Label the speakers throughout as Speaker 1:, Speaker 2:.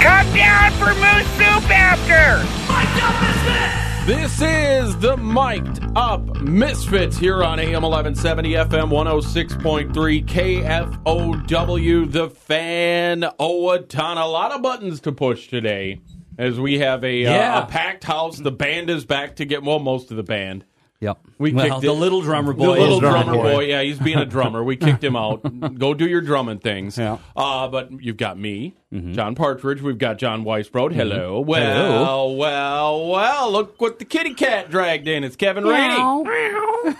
Speaker 1: time for moose soup after.
Speaker 2: This is the Miked Up Misfits here on AM 1170, FM 106.3, KFOW, The Fan, Owatonna. A lot of buttons to push today as we have a, uh,
Speaker 3: Yeah.
Speaker 2: a packed house. The band is back to get, well, most of the band.
Speaker 4: Yep.
Speaker 2: We
Speaker 3: Well,
Speaker 2: kicked
Speaker 3: the
Speaker 2: it-
Speaker 3: little drummer
Speaker 2: the
Speaker 3: boy
Speaker 2: little
Speaker 3: is
Speaker 2: drummer,
Speaker 3: drummer
Speaker 2: boy. Yeah, he's being a drummer. We kicked him out. Go do your drumming things.
Speaker 4: Yeah.
Speaker 2: Uh, but you've got me, John Partridge. We've got John Weisbrod. Hello. Well, well, well. Look what the kitty cat dragged in. It's Kevin Rainey.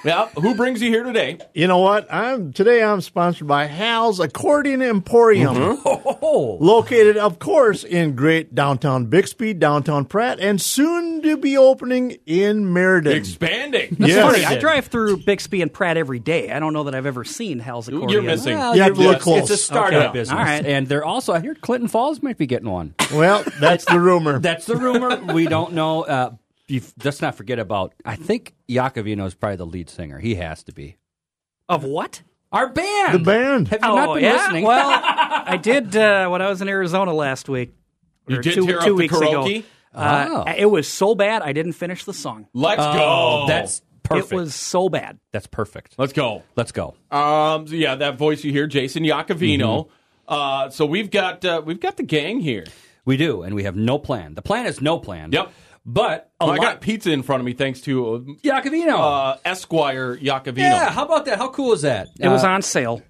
Speaker 2: yep. Who brings you here today?
Speaker 5: You know what? I'm today. I'm sponsored by Hal's Accordion Emporium,
Speaker 4: Mm-hmm. Oh.
Speaker 2: Oh.
Speaker 5: located, of course, in great downtown Bixby, downtown Pratt, and soon to be opening in Meriden.
Speaker 2: Expanding.
Speaker 5: Yes.
Speaker 4: Sorry,
Speaker 5: Yes.
Speaker 4: I drive through Bixby and Pratt every day. I don't know that I've ever seen Hell's Accordion.
Speaker 2: You're missing.
Speaker 5: you have to look
Speaker 3: It's- It's a
Speaker 5: close.
Speaker 3: startup
Speaker 2: Okay.
Speaker 3: business.
Speaker 4: All right. And they're also, I heard Clinton Falls might be getting one.
Speaker 5: well, that's the rumor.
Speaker 4: That's the rumor. we don't know. Uh, you, let's not forget about, I think Iakovino is probably the lead singer. He has to be.
Speaker 3: Of what?
Speaker 4: Our band.
Speaker 5: the band.
Speaker 4: Have you
Speaker 2: Oh,
Speaker 4: not been
Speaker 3: yeah?
Speaker 4: listening?
Speaker 3: Well,
Speaker 6: Oh, I did uh, when I was in Arizona last week.
Speaker 2: You
Speaker 6: or
Speaker 2: did
Speaker 6: two,
Speaker 2: tear
Speaker 6: two
Speaker 2: up the
Speaker 6: weeks
Speaker 2: karaoke.
Speaker 6: ago. Uh,
Speaker 4: Oh.
Speaker 6: It was so bad I didn't finish the song.
Speaker 2: Let's go.
Speaker 4: that's perfect.
Speaker 6: It was so bad.
Speaker 4: that's perfect.
Speaker 2: Let's go.
Speaker 4: Let's go.
Speaker 2: Um, so yeah, that voice you hear, Jason Iacovino. Uh, so we've got uh, we've got the gang here.
Speaker 4: We do, and we have no plan. The plan is no plan.
Speaker 2: Yep.
Speaker 4: But a
Speaker 2: Oh, I
Speaker 4: lot-
Speaker 2: got pizza in front of me thanks to
Speaker 4: Iakovino.
Speaker 2: uh, Esquire Iacovino.
Speaker 4: yeah, how about that? How cool is that? Uh,
Speaker 6: It was on sale.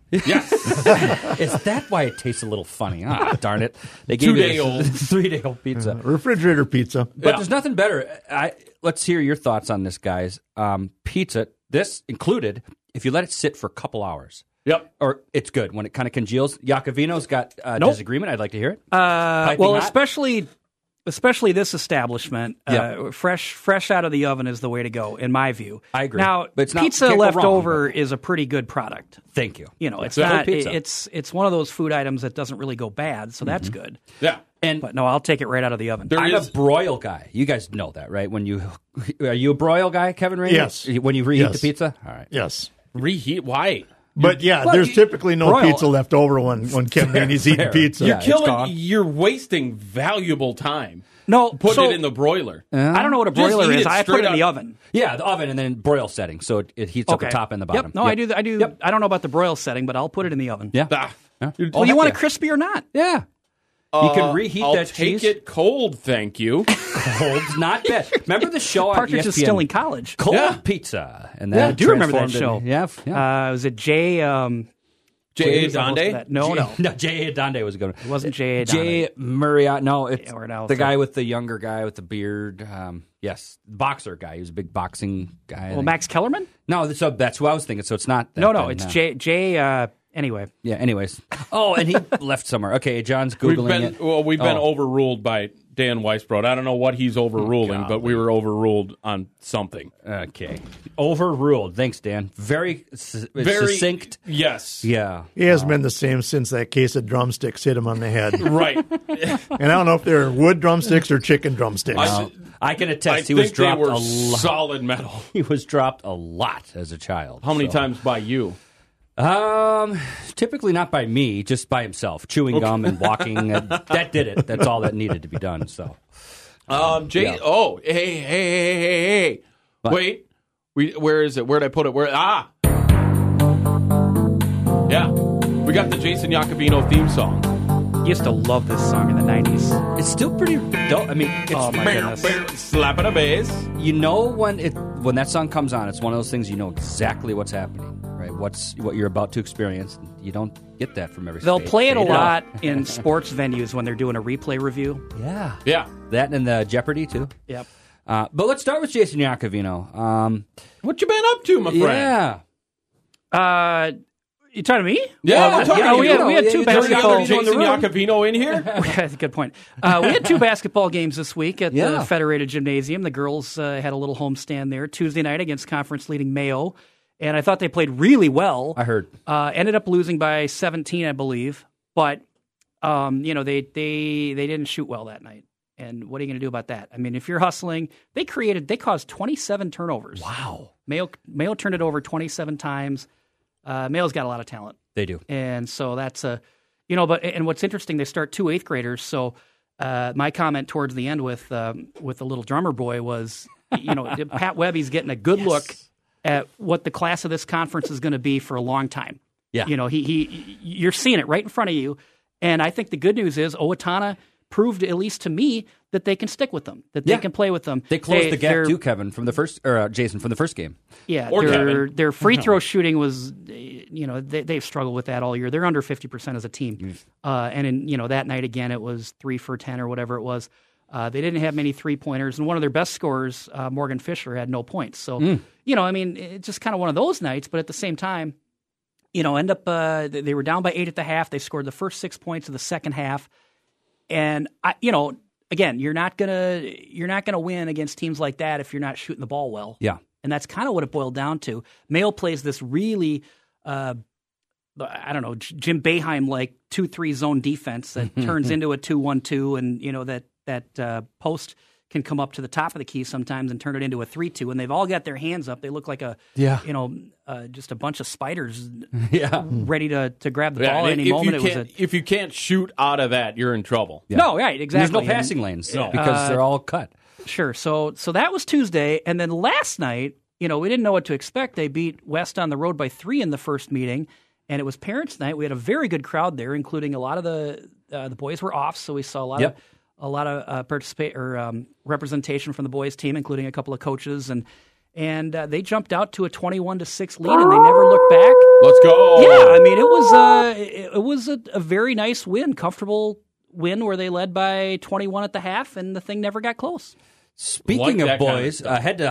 Speaker 4: Is that why it tastes a little funny? Ah, darn it! They
Speaker 2: Two
Speaker 4: gave
Speaker 2: day old.
Speaker 4: three day old pizza.
Speaker 5: Refrigerator pizza.
Speaker 4: But there's nothing better. I let's hear your thoughts on this, guys. Um, pizza, this included. If you let it sit for a couple hours,
Speaker 2: Yep.
Speaker 4: or it's good when it kind of congeals. Yakovino's got uh,
Speaker 6: Nope.
Speaker 4: disagreement. I'd like to hear it.
Speaker 6: Uh,
Speaker 4: Piping
Speaker 6: well,
Speaker 4: hot.
Speaker 6: especially especially this establishment,
Speaker 4: Yeah.
Speaker 6: uh, fresh fresh out of the oven is the way to go, in my view.
Speaker 4: I agree.
Speaker 6: Now,
Speaker 4: But it's not-
Speaker 6: pizza
Speaker 4: can't go
Speaker 6: left
Speaker 4: wrong,
Speaker 6: over is a pretty good product.
Speaker 4: Thank you.
Speaker 6: You know, it's
Speaker 4: Yeah.
Speaker 6: not.
Speaker 4: Good pizza.
Speaker 6: It's it's one of those food items that doesn't really go bad, so that's
Speaker 4: Mm-hmm.
Speaker 6: good.
Speaker 2: Yeah.
Speaker 4: and
Speaker 6: But no, I'll take it right out of the oven.
Speaker 2: There
Speaker 4: I'm
Speaker 2: is
Speaker 4: a broil guy. You guys know that, right? When you are you a broil guy, Kevin? Rainey?
Speaker 5: Yes.
Speaker 4: When you reheat
Speaker 5: Yes.
Speaker 4: the pizza. All right.
Speaker 5: Yes.
Speaker 2: reheat. Why?
Speaker 5: But yeah,
Speaker 4: Well,
Speaker 5: there's
Speaker 4: you-
Speaker 5: typically no
Speaker 4: Royal-
Speaker 5: pizza left over when, when Kim Rainey's eating
Speaker 4: fair.
Speaker 5: pizza.
Speaker 4: You're Yeah, it's
Speaker 2: Killing.
Speaker 4: gone.
Speaker 2: You're wasting valuable time.
Speaker 6: no,
Speaker 2: Put
Speaker 6: so-
Speaker 2: it in the broiler.
Speaker 6: I don't know what a
Speaker 2: Just
Speaker 6: broiler
Speaker 2: eat it
Speaker 6: is. I put it
Speaker 2: straight
Speaker 6: in the
Speaker 2: up.
Speaker 6: oven.
Speaker 4: Yeah, the oven and then broil setting, so it, it heats up the top and the bottom.
Speaker 6: Yep. No, I
Speaker 4: Yep.
Speaker 6: do. I do.
Speaker 4: Yep.
Speaker 6: I don't know about the broil setting, but I'll put it in the oven.
Speaker 4: Yeah.
Speaker 2: Ah.
Speaker 4: Yeah.
Speaker 2: You-
Speaker 4: Oh,
Speaker 6: Well, you
Speaker 4: heck
Speaker 6: want
Speaker 4: yeah.
Speaker 6: it crispy or not?
Speaker 4: Yeah. you can reheat
Speaker 2: Uh, I'll
Speaker 4: that
Speaker 2: take
Speaker 4: cheese.
Speaker 2: it cold, thank you.
Speaker 4: Cold's not bad. Remember the show on E
Speaker 6: Partridge is
Speaker 4: ESPN?
Speaker 6: still in college.
Speaker 4: Cold
Speaker 2: Yeah.
Speaker 4: pizza, and
Speaker 6: Yeah,
Speaker 4: that
Speaker 6: I do remember that
Speaker 4: transformed in-
Speaker 6: show.
Speaker 4: yeah, f- yeah.
Speaker 6: Uh, was it Jay? Um,
Speaker 2: J.A.
Speaker 6: who's the host of
Speaker 2: Donde?
Speaker 6: that? No, no,
Speaker 4: no, Jay Adonde was a good. One. It
Speaker 6: wasn't Jay Adonde.
Speaker 4: Jay Murray. uh, No, it's
Speaker 6: Yeah, or no,
Speaker 4: the
Speaker 6: it's
Speaker 4: guy
Speaker 6: a-
Speaker 4: with the younger guy with the beard. Um, yes, boxer guy. He was a big boxing guy. I
Speaker 6: well,
Speaker 4: think.
Speaker 6: Max Kellerman.
Speaker 4: No, so that's who I was thinking. So it's not. That
Speaker 6: No, no,
Speaker 4: then,
Speaker 6: it's Jay. Jay. Uh, anyway,
Speaker 4: Yeah. Anyways. Oh, and he left somewhere. Okay, John's
Speaker 2: We've
Speaker 4: googling
Speaker 2: been
Speaker 4: it.
Speaker 2: well, we've been
Speaker 4: Oh.
Speaker 2: overruled by Dan Weisbrod. I don't know what he's overruling, but we were overruled on something.
Speaker 4: Okay. Overruled. Thanks, Dan. Very, su-
Speaker 2: Very
Speaker 4: succinct.
Speaker 2: Yes.
Speaker 4: Yeah.
Speaker 5: He has been the same since that case of drumsticks hit him on the head. and
Speaker 2: Right.
Speaker 5: I don't know if they're wood drumsticks or chicken drumsticks.
Speaker 2: I,
Speaker 4: I can attest.
Speaker 2: I
Speaker 4: he was
Speaker 2: think they
Speaker 4: dropped
Speaker 2: were
Speaker 4: a lot.
Speaker 2: solid metal.
Speaker 4: he was dropped a lot as a child.
Speaker 2: How many
Speaker 4: so.
Speaker 2: times by you?
Speaker 4: Um, typically not by me, just by himself, chewing gum and walking. Uh, that did it. That's all that needed to be done. So
Speaker 2: Um, Jay.
Speaker 4: Yeah.
Speaker 2: Oh, hey, hey, hey, hey, hey, hey. Wait, we. Where is it? Where would I put it? Where? Ah. Yeah, we got the Jason Iacobino theme song.
Speaker 6: used to love this song in the '90s.
Speaker 4: it's still pretty. Dope. I mean, it's,
Speaker 6: Oh my
Speaker 2: Bam,
Speaker 6: goodness.
Speaker 2: bam, Slapping a bass.
Speaker 4: you know when it when that song comes on, it's one of those things you know exactly what's happening, right? What's what you're about to experience. You don't get that from every.
Speaker 6: They'll
Speaker 4: state.
Speaker 6: play it a
Speaker 4: Fade
Speaker 6: lot
Speaker 4: out.
Speaker 6: in sports venues when they're doing a replay review.
Speaker 4: Yeah,
Speaker 2: Yeah.
Speaker 4: that and the Jeopardy too.
Speaker 6: Yep.
Speaker 4: Uh, but let's start with Jason Iakovino. Um,
Speaker 2: What you been up to, my friend?
Speaker 4: yeah.
Speaker 6: Uh, you talking to me?
Speaker 2: Yeah,
Speaker 6: Well,
Speaker 2: we're talking
Speaker 6: yeah,
Speaker 2: to
Speaker 6: we
Speaker 2: you.
Speaker 6: had, we had
Speaker 4: Yeah, yeah,
Speaker 6: two
Speaker 2: Is there
Speaker 4: Basketball
Speaker 2: another
Speaker 6: basketball.
Speaker 4: in the
Speaker 2: Jason
Speaker 4: room.
Speaker 2: Iacobino in here?
Speaker 6: Good point. Uh, we had two basketball games this week at
Speaker 4: Yeah.
Speaker 6: the Federated Gymnasium. The girls uh, had a little homestand there Tuesday night against conference leading Mayo, and I thought they played really well.
Speaker 4: I heard.
Speaker 6: Uh, ended up losing by 17, I believe, but um, you know they they they didn't shoot well that night. And what are you going to do about that? I mean, if you're hustling, they created they caused 27 turnovers.
Speaker 4: Wow,
Speaker 6: Mayo Mayo turned it over 27 times. Uh, Mayo's got a lot of talent
Speaker 4: they do.
Speaker 6: and so that's a you know but and what's interesting they start two eighth graders so uh, my comment towards the end with um, with the little drummer boy was, you know, Pat Webby's getting a good look at what the class of this conference is going to be for a long time.
Speaker 4: Yeah.
Speaker 6: you know, he he you're seeing it right in front of you, and I think the good news is Owatonna proved at least to me that they can stick with them, that
Speaker 4: Yeah.
Speaker 6: they can play with them.
Speaker 4: They closed the
Speaker 6: they're-
Speaker 4: gap too, Kevin, from the first or uh, Jason from the first game.
Speaker 6: yeah,
Speaker 2: Or
Speaker 6: their
Speaker 2: Kevin. Uh-huh.
Speaker 6: their free throw shooting was, uh, you know, they, they've struggled with that all year. They're under fifty percent as a team,
Speaker 2: Mm.
Speaker 6: uh, and in, you know that night again it was three for ten or whatever it was. Uh, they didn't have many three pointers, and one of their best scorers, uh, Morgan Fisher, had no points. So
Speaker 2: Mm.
Speaker 6: you know, I mean, it's just kind of one of those nights. But at the same time, you know, end up uh, they they were down by eight at the half. They scored the first six points of the second half, and I, you know, again, you're not gonna you're not gonna win against teams like that if you're not shooting the ball well.
Speaker 4: Yeah.
Speaker 6: And that's kind of what it boiled down to. Mayo plays this really, uh, I don't know, J- Jim Beheim like two three zone defense that turns into a two one two, and you know that that uh, post can come up to the top of the key sometimes and turn it into a three two, and they've all got their hands up. They look like a
Speaker 4: Yeah.
Speaker 6: you know uh, just a bunch of spiders
Speaker 4: Yeah.
Speaker 6: ready to to grab the
Speaker 2: Yeah,
Speaker 6: ball
Speaker 2: and
Speaker 6: at any
Speaker 2: if
Speaker 6: moment.
Speaker 2: You
Speaker 6: It was
Speaker 2: can't,
Speaker 6: a
Speaker 2: if you can't shoot out of that, you're in trouble.
Speaker 4: Yeah.
Speaker 6: no, right, exactly.
Speaker 4: There's no
Speaker 6: And-
Speaker 4: passing lanes because they're all cut.
Speaker 2: Uh,
Speaker 6: Sure. So so that was Tuesday, and then last night, you know, we didn't know what to expect. They beat West on the road by three in the first meeting, and it was parents' night. We had a very good crowd there, including a lot of the uh, the boys were off, so we saw a lot
Speaker 4: Yep.
Speaker 6: of a lot of uh, participate or um, representation from the boys' team, including a couple of coaches and. And uh, they jumped out to a twenty-one to six lead, and they never looked back.
Speaker 2: Let's go.
Speaker 6: Yeah, I mean it was a it was a, a very nice win, comfortable win where they led by 21 at the half, and the thing never got close.
Speaker 2: Like
Speaker 4: Speaking of
Speaker 2: that kind of
Speaker 4: boys, uh, head to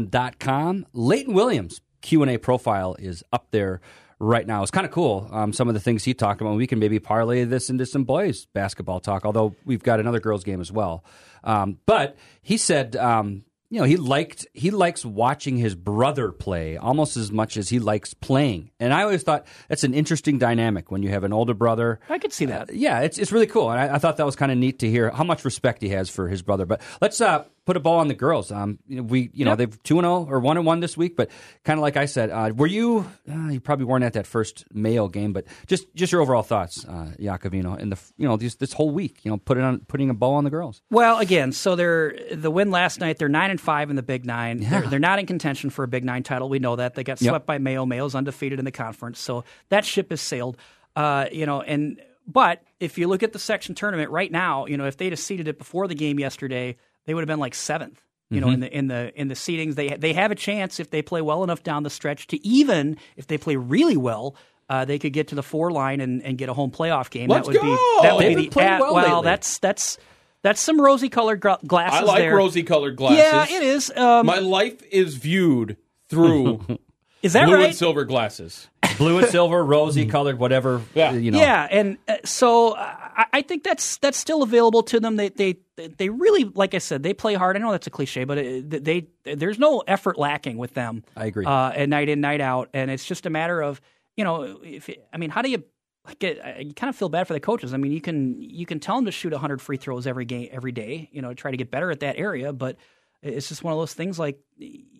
Speaker 4: huskybulletin.com. Leighton Williams Q&A profile is up there right now. It's kind of cool. Um, some of the things he talked about. We can maybe parlay this into some boys basketball talk, although we've got another girls game as well. Um, but he said, um, you know, he liked he likes watching his brother play almost as much as he likes playing. And I always thought that's an interesting dynamic when you have an older brother
Speaker 6: I could see that.
Speaker 4: yeah, it's it's really cool, and I, I thought that was kind of neat to hear how much respect he has for his brother. But let's uh, put a ball on the girls. Um, you know, we you know
Speaker 6: Yep.
Speaker 4: they've two and zero or one and one this week, but kind of like I said, uh, were you uh, you probably weren't at that first Mayo game, but just just your overall thoughts, uh, Iakovino, and the f- you know these, this whole week, you know, putting on putting a ball on the girls.
Speaker 6: Well, again, so they're the win last night. They're nine and five in the Big Nine. They're, they're not in contention for a Big Nine title. We know that they got
Speaker 4: Yep.
Speaker 6: swept by Mayo. Mayo's undefeated in the conference, so that ship has sailed. Uh, you know, and but if you look at the section tournament right now, you know if they'd have seeded it before the game yesterday, they would have been like seventh. You know, in the in the in the seedings, they they have a chance if they play well enough down the stretch to even if they play really well. Uh, they could get to the four line and, and get a home playoff game.
Speaker 2: Let's
Speaker 6: that would
Speaker 2: go!
Speaker 6: be that would
Speaker 4: They've
Speaker 6: be
Speaker 4: been
Speaker 6: the
Speaker 4: playing well lately.
Speaker 6: that's that's that's some rosy colored glasses.
Speaker 2: I like
Speaker 6: there.
Speaker 2: rosy colored glasses.
Speaker 6: Yeah, it is. Um,
Speaker 2: My life is viewed through blue
Speaker 6: is that
Speaker 2: and
Speaker 6: right?
Speaker 2: silver glasses.
Speaker 4: Blue and silver, rosy colored, whatever. uh,
Speaker 2: Yeah.
Speaker 4: you know.
Speaker 6: Yeah, and uh, so uh, I, I think that's that's still available to them. They they they really, like I said, they play hard. I know that's a cliche, but it, they there's no effort lacking with them.
Speaker 4: I agree.
Speaker 6: Uh, and night in, night out, and it's just a matter of you know, if I mean, how do you? Like it, I- you kind of feel bad for the coaches. I mean, you can you can tell them to shoot 100 free throws every game every day. You know, try to get better at that area, but it's just one of those things. Like,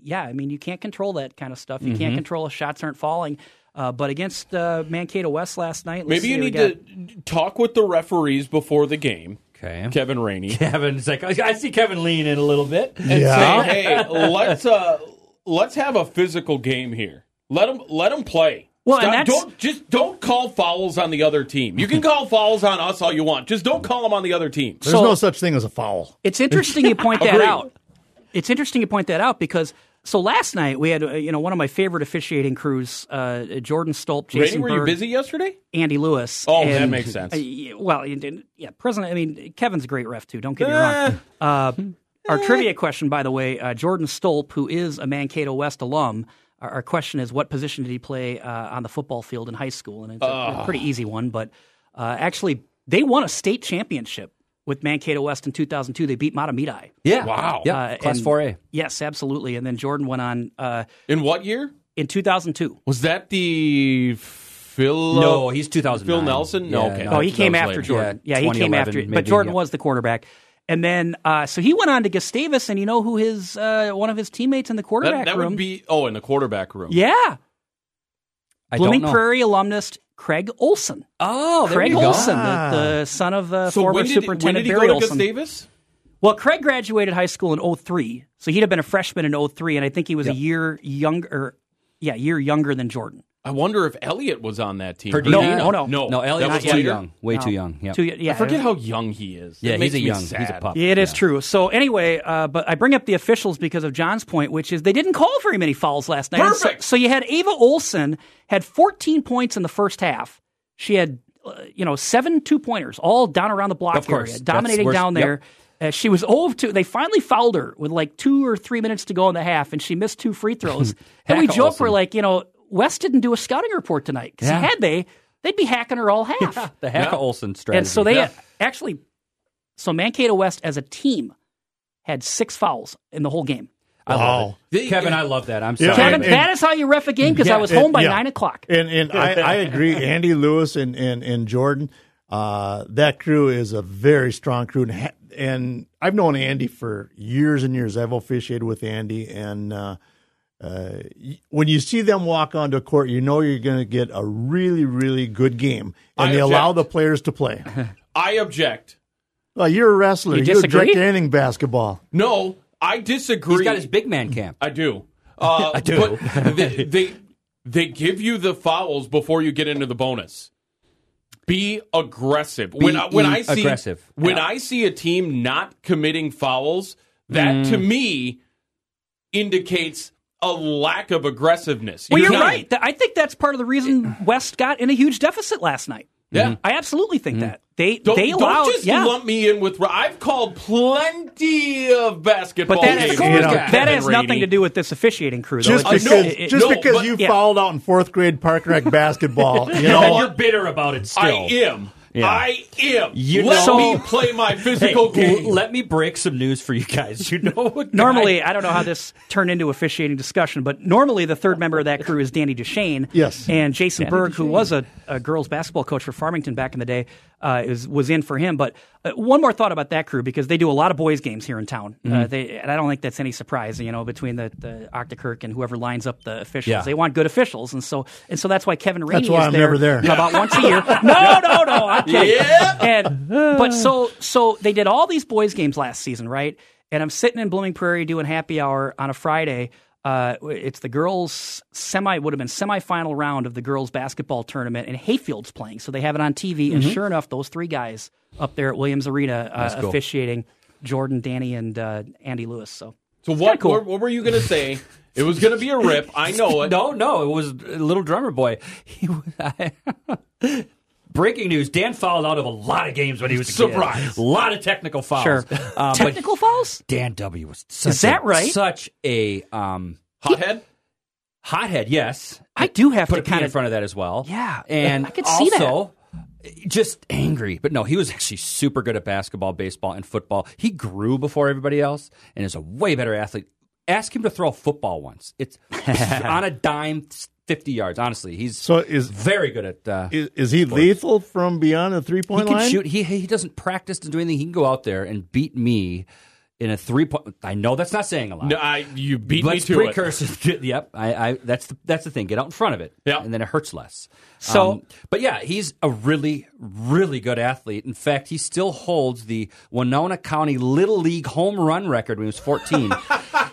Speaker 6: yeah, I mean, you can't control that kind of stuff. You
Speaker 4: Mm-hmm.
Speaker 6: can't control if shots aren't falling. Uh, but against uh, Mankato West last night, let's
Speaker 2: Maybe
Speaker 6: see,
Speaker 2: you
Speaker 6: we
Speaker 2: need
Speaker 6: got-
Speaker 2: to talk with the referees before the game.
Speaker 4: Okay.
Speaker 2: Kevin Rainey.
Speaker 4: Kevin's like I I see Kevin lean in a little bit.
Speaker 2: and
Speaker 5: Yeah.
Speaker 2: say, "Hey, let's uh, let's have a physical game here. Let them let them play.
Speaker 6: Well, and
Speaker 2: Stop-
Speaker 6: that's-
Speaker 2: don't just don't call fouls on the other team. You can call fouls on us all you want. Just don't call them on the other team.
Speaker 5: There's
Speaker 6: So-
Speaker 5: no such thing as a foul.
Speaker 6: It's interesting you point that
Speaker 2: Agreed.
Speaker 6: out. It's interesting you point that out because so last night we had uh, you know one of my favorite officiating crews, uh, Jordan Stolp,
Speaker 2: Rainey,
Speaker 6: Jason
Speaker 2: were you
Speaker 6: Berg,
Speaker 2: busy yesterday?
Speaker 6: Andy Lewis.
Speaker 2: Oh,
Speaker 6: and,
Speaker 2: that makes sense.
Speaker 6: uh, y- well, and- and- yeah, president. I mean, Kevin's a great ref too. Don't get me
Speaker 2: Eh.
Speaker 6: wrong. Uh, Our trivia question, by the way, uh, Jordan Stolp, who is a Mankato West alum. Our our question is, what position did he play uh, on the football field in high school? And it's a, a
Speaker 2: Ah.
Speaker 6: pretty easy one, but uh, actually, they won a state championship with Mankato West in 2002. They beat Matamidi.
Speaker 4: Yeah.
Speaker 2: Wow.
Speaker 4: Yeah.
Speaker 6: Uh,
Speaker 4: Class
Speaker 6: and-
Speaker 4: four A.
Speaker 6: Yes, absolutely. And then Jordan went on uh,
Speaker 2: In what year
Speaker 6: in 2002.
Speaker 2: was that? The Phil?
Speaker 4: No, he's 2009.
Speaker 2: Phil Nelson? No,
Speaker 4: Yeah,
Speaker 2: okay.
Speaker 4: no,
Speaker 6: Oh, he
Speaker 4: that
Speaker 6: came
Speaker 4: was
Speaker 6: after
Speaker 4: later.
Speaker 6: Jordan. Yeah, he
Speaker 4: 2011
Speaker 6: came after. but
Speaker 4: maybe,
Speaker 6: Jordan
Speaker 4: yeah.
Speaker 6: was the quarterback. And then, uh, so he went on to Gustavus, and you know who his uh, one of his teammates in the quarterback
Speaker 2: that, that
Speaker 6: room?
Speaker 2: would be. Oh, in the quarterback room.
Speaker 6: yeah,
Speaker 4: I don't
Speaker 6: Blooming
Speaker 4: know.
Speaker 6: Prairie alumnus Craig Olson.
Speaker 4: Oh, there
Speaker 6: Craig
Speaker 4: you go.
Speaker 6: Olson,
Speaker 2: Ah.
Speaker 6: the, the son of uh,
Speaker 2: So
Speaker 6: former
Speaker 2: when did, when
Speaker 6: superintendent
Speaker 2: did he
Speaker 6: Barry
Speaker 2: go to
Speaker 6: Olson.
Speaker 2: Gustavus?
Speaker 6: Well, Craig graduated high school in 03, so he'd have been a freshman in 03, and I think he was a year younger. Yeah, a year younger than Jordan.
Speaker 2: I wonder if Elliot was on that team.
Speaker 4: Perdino?
Speaker 2: Perdino?
Speaker 6: No, no,
Speaker 2: no.
Speaker 4: No, Elliot
Speaker 2: That
Speaker 4: was
Speaker 2: was
Speaker 4: too
Speaker 2: later?
Speaker 4: young. Way too young. Yeah.
Speaker 6: Two, Um, yeah,
Speaker 2: I forget how young he is. That
Speaker 4: Yeah,
Speaker 2: makes
Speaker 4: he's a
Speaker 2: me
Speaker 4: young. He's a
Speaker 2: sad.
Speaker 4: pup.
Speaker 6: It is
Speaker 4: Yeah.
Speaker 6: true. So anyway, uh, but I bring up the officials because of John's point, which is they didn't call very many fouls last night. And so-
Speaker 2: Perfect.
Speaker 6: So, you had Ava Olson had 14 points in the first half. She had, uh, you know, seven two pointers all down around the block
Speaker 4: Of course.
Speaker 6: area,
Speaker 4: That's
Speaker 6: dominating
Speaker 4: worse-
Speaker 6: down
Speaker 4: yep.
Speaker 6: there. Uh, she was 0 of 2. They finally fouled her with like two or three minutes to go in the half, and she missed two free throws. and we
Speaker 4: Hack
Speaker 6: joke,
Speaker 4: Olsen.
Speaker 6: we're like, you know, West didn't do a scouting report tonight. 'Cause
Speaker 4: Yeah.
Speaker 6: had they, they'd be hacking her all half.
Speaker 4: The Hacka
Speaker 2: Yeah.
Speaker 4: Olson strategy.
Speaker 6: And so they
Speaker 2: Yeah.
Speaker 6: actually, so Mankato West as a team had six fouls in the whole game.
Speaker 4: I love
Speaker 5: Wow.
Speaker 4: it. Kevin, I love that. I'm
Speaker 5: Yeah.
Speaker 4: sorry.
Speaker 6: Kevin,
Speaker 5: and-
Speaker 6: that is how you ref a game because I was
Speaker 5: Yeah,
Speaker 6: home by
Speaker 5: yeah.
Speaker 6: nine o'clock.
Speaker 5: And and I, I agree. Andy Lewis and and and Jordan, uh, that crew is a very strong crew. And, ha- and I've known Andy for years and years. I've officiated with Andy, and uh, uh, y- when you see them walk onto a court, you know you're going to get a really really good game. And
Speaker 2: I
Speaker 5: they allow the
Speaker 2: object.
Speaker 5: players to play.
Speaker 2: I object.
Speaker 5: well, you're a wrestler.
Speaker 6: You
Speaker 5: You
Speaker 6: disagree?
Speaker 5: object to anything basketball.
Speaker 2: No, I disagree.
Speaker 4: He's got his big man camp.
Speaker 2: I do. Uh, I do. But they, they they give you the fouls before you get into the bonus. Be aggressive. when I, when I see
Speaker 4: aggressive.
Speaker 2: when
Speaker 4: Yeah.
Speaker 2: I see a team not committing fouls, that to
Speaker 6: Mm.
Speaker 2: me indicates a lack of aggressiveness.
Speaker 6: Well, you're
Speaker 2: cannot-
Speaker 6: right. Th- I think that's part of the reason
Speaker 5: Mm-hmm.
Speaker 6: West got in a huge deficit last night. Mm-hmm.
Speaker 2: Yeah.
Speaker 6: I absolutely think
Speaker 5: Mm-hmm.
Speaker 6: that they
Speaker 2: Don't,
Speaker 6: they
Speaker 2: don't
Speaker 6: allowed
Speaker 2: just
Speaker 6: yeah.
Speaker 2: lump me in with. I've called plenty of basketball
Speaker 6: but that
Speaker 2: games.
Speaker 6: has,
Speaker 5: You know,
Speaker 2: with
Speaker 6: that
Speaker 2: Kevin
Speaker 6: has nothing
Speaker 2: Rainey.
Speaker 6: to do with this officiating crew. Though.
Speaker 5: Just
Speaker 6: It's-
Speaker 5: because,
Speaker 6: it- it-
Speaker 5: just
Speaker 2: no,
Speaker 5: because
Speaker 2: but-
Speaker 5: you
Speaker 6: yeah.
Speaker 5: fouled out in fourth grade park and rec basketball, you know,
Speaker 2: No,
Speaker 3: You're bitter about it still.
Speaker 2: I am. I am.
Speaker 4: You
Speaker 2: Let
Speaker 4: know-
Speaker 2: me play my
Speaker 3: Hey,
Speaker 2: physical game.
Speaker 3: l- let me break some news for you guys. You know what?
Speaker 6: normally, I don't know how this turned into officiating discussion, but normally the third member of that crew is Danny Deshane.
Speaker 5: Yes.
Speaker 6: And Jason Berg, who was a, a girls basketball coach for Farmington back in the day, uh, is, was in for him. But uh, one more thought about that crew because they do a lot of boys games here in town.
Speaker 5: Mm-hmm.
Speaker 6: Uh, they, and I don't think that's any surprise, you know, between the, the Octakirk and whoever lines up the officials.
Speaker 4: Yeah.
Speaker 6: They want good officials, and so and so that's why Kevin Rainey
Speaker 5: That's why
Speaker 6: is
Speaker 5: I'm
Speaker 6: there
Speaker 5: never there.
Speaker 6: about once a year. No, no, no. I'm kidding.
Speaker 2: Yeah.
Speaker 6: And but so so they did all these boys games last season, right? And I'm sitting in Blooming Prairie doing happy hour on a Friday. Uh, it's the girls semi would have been semifinal round of the girls basketball tournament, and Hayfield's playing, so they have it on TV. And sure enough, those three guys up there at Williams Arena uh, officiating Jordan, Danny, and uh, Andy Lewis. So
Speaker 2: So what,
Speaker 6: cool.
Speaker 2: what? What were you gonna say? It was gonna be a rip. I know it.
Speaker 4: No, no, it was little drummer boy. He was,
Speaker 3: breaking news: Dan fouled out of a lot of games when he was a kid.
Speaker 2: Surprise.
Speaker 3: A lot of technical fouls.
Speaker 6: Sure.
Speaker 4: Uh,
Speaker 3: Um, but
Speaker 6: technical fouls.
Speaker 3: Dan W was such
Speaker 6: Is that
Speaker 3: a,
Speaker 6: right?
Speaker 4: Such a um,
Speaker 2: Hothead.
Speaker 4: hothead. Yes,
Speaker 6: I do have
Speaker 4: put
Speaker 6: to
Speaker 4: a P
Speaker 6: kind
Speaker 4: in
Speaker 6: of
Speaker 4: front of that as well.
Speaker 6: Yeah,
Speaker 4: and
Speaker 6: I could see that.
Speaker 4: also just angry. But no, he was actually super good at basketball, baseball, and football. He grew before everybody else and is a way better athlete. Ask him to throw a football once. It's on a dime, fifty yards. Honestly, he's
Speaker 5: So is-
Speaker 4: very good at. Uh,
Speaker 5: is, is he lethal from beyond the three
Speaker 4: he
Speaker 5: point
Speaker 4: can
Speaker 5: line?
Speaker 4: shoot. He he doesn't practice to do anything. He can go out there and beat me in a three point. I know that's not saying a lot.
Speaker 2: No, I, you beat
Speaker 4: Let's
Speaker 2: me to it.
Speaker 4: precursor. yep, I, I that's the that's the thing. Get out in front of it,
Speaker 2: Yeah.
Speaker 4: and then it hurts less. Um,
Speaker 6: So-
Speaker 4: but yeah, he's a really really good athlete. In fact, he still holds the Winona County Little League home run record when he was fourteen.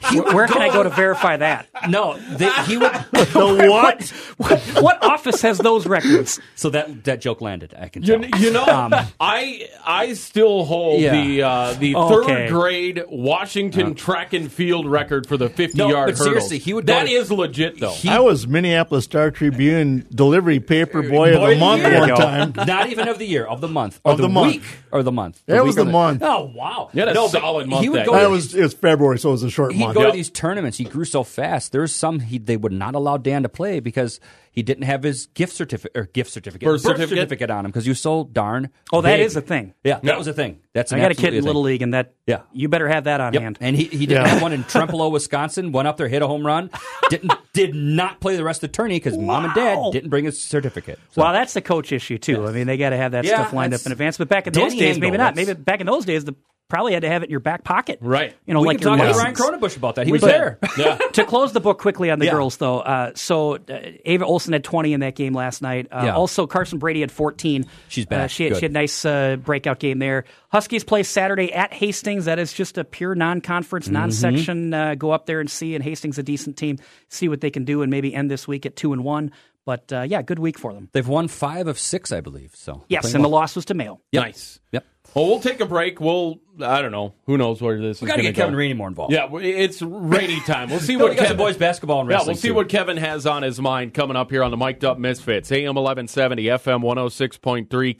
Speaker 4: He would
Speaker 6: where can I go to verify that?
Speaker 4: No, they, he would.
Speaker 5: The what?
Speaker 6: What, what office has those records?
Speaker 4: so that that joke landed. I can.
Speaker 2: You,
Speaker 4: Tell.
Speaker 2: kn- you know,
Speaker 6: Um,
Speaker 2: I I still hold
Speaker 4: Yeah.
Speaker 2: the uh, the
Speaker 6: Oh, Okay. Uh,
Speaker 2: third grade Washington track and field record for the fifty
Speaker 4: No,
Speaker 2: yard
Speaker 4: but
Speaker 2: hurdles.
Speaker 4: seriously, he would go
Speaker 2: That
Speaker 4: to-
Speaker 2: is legit though.
Speaker 4: He-
Speaker 5: I was Minneapolis Star Tribune delivery paper boy, of
Speaker 4: Boy
Speaker 5: the month
Speaker 4: year.
Speaker 5: one
Speaker 4: There you go.
Speaker 5: time.
Speaker 4: Not even of the year, of the month, of,
Speaker 5: the month.
Speaker 4: week, or the month.
Speaker 5: That was
Speaker 4: week or
Speaker 5: the month.
Speaker 4: Oh wow,
Speaker 2: You had a
Speaker 4: No, but
Speaker 2: solid month
Speaker 4: He would
Speaker 2: that
Speaker 4: go
Speaker 2: year.
Speaker 5: That
Speaker 4: to
Speaker 5: was it was February, so it was a short
Speaker 4: he'd
Speaker 5: month.
Speaker 4: go
Speaker 2: Yep.
Speaker 4: to these tournaments. He grew so fast. There was some he, they would not allow Dan to play because he didn't have his gift certificate or gift certificate,
Speaker 2: Birth certificate?
Speaker 4: on him because he was so darn.
Speaker 6: Oh, that
Speaker 4: big.
Speaker 6: is a thing.
Speaker 4: Yeah,
Speaker 2: No.
Speaker 4: that was a thing. That's an
Speaker 6: I got a kid
Speaker 4: absolutely
Speaker 6: in
Speaker 4: thing.
Speaker 6: Little League, and that
Speaker 4: Yeah.
Speaker 6: you better have that on
Speaker 4: Yep.
Speaker 6: hand.
Speaker 4: and he, he did
Speaker 5: Yeah.
Speaker 4: have one in Trempolo, Wisconsin. Went up there, hit a home run. Didn't did not play the rest of the tourney because mom and dad
Speaker 6: Wow.
Speaker 4: didn't bring his certificate. So-
Speaker 6: Well, that's the coach issue too. I mean, they got to have that
Speaker 4: Yeah,
Speaker 6: stuff lined up
Speaker 4: that's-
Speaker 6: in advance. But back in
Speaker 4: Danny
Speaker 6: those days,
Speaker 4: Engel,
Speaker 6: maybe not.
Speaker 4: that's-
Speaker 6: Maybe back in those days, the probably had to have it in your back pocket.
Speaker 2: Right.
Speaker 6: You know,
Speaker 4: we
Speaker 6: like
Speaker 4: can talk
Speaker 6: your
Speaker 4: about Ryan
Speaker 6: license.
Speaker 4: Cronenbush about that. He was
Speaker 6: But-
Speaker 4: there.
Speaker 2: Yeah.
Speaker 6: to close the book quickly on the
Speaker 4: Yeah.
Speaker 6: girls, though, uh, so uh, Ava Olson had 20 in that game last night. Uh,
Speaker 4: Yeah.
Speaker 6: Also, Carson Brady had 14.
Speaker 4: She's back.
Speaker 6: Uh, she, had,
Speaker 4: Good.
Speaker 6: she had a nice uh, breakout game there. Huskies play Saturday at Hastings. That is just a pure non conference,
Speaker 4: Mm-hmm.
Speaker 6: non section. Uh, go up there and see. And Hastings, a decent team. See what they can do and maybe end this week at 2 and 1. But uh, yeah, good week for them.
Speaker 4: They've won five of six, I believe. So
Speaker 6: Yes, and the loss was to Mayo.
Speaker 2: Nice.
Speaker 4: Yep.
Speaker 2: Well, we'll take a break. We'll, I don't know. Who knows where this
Speaker 4: We
Speaker 2: is
Speaker 4: got to
Speaker 2: going
Speaker 4: get
Speaker 2: to go.
Speaker 4: Kevin Rainey more involved.
Speaker 2: Yeah, w- it's rainy time. We'll see
Speaker 4: No,
Speaker 2: what
Speaker 4: we got
Speaker 2: Kevin,
Speaker 4: some boys basketball and
Speaker 2: Yeah,
Speaker 4: wrestling.
Speaker 2: we'll see
Speaker 4: too.
Speaker 2: what Kevin has on his mind coming up here on the Mic'd Up Misfits. AM 1170, FM 106.3,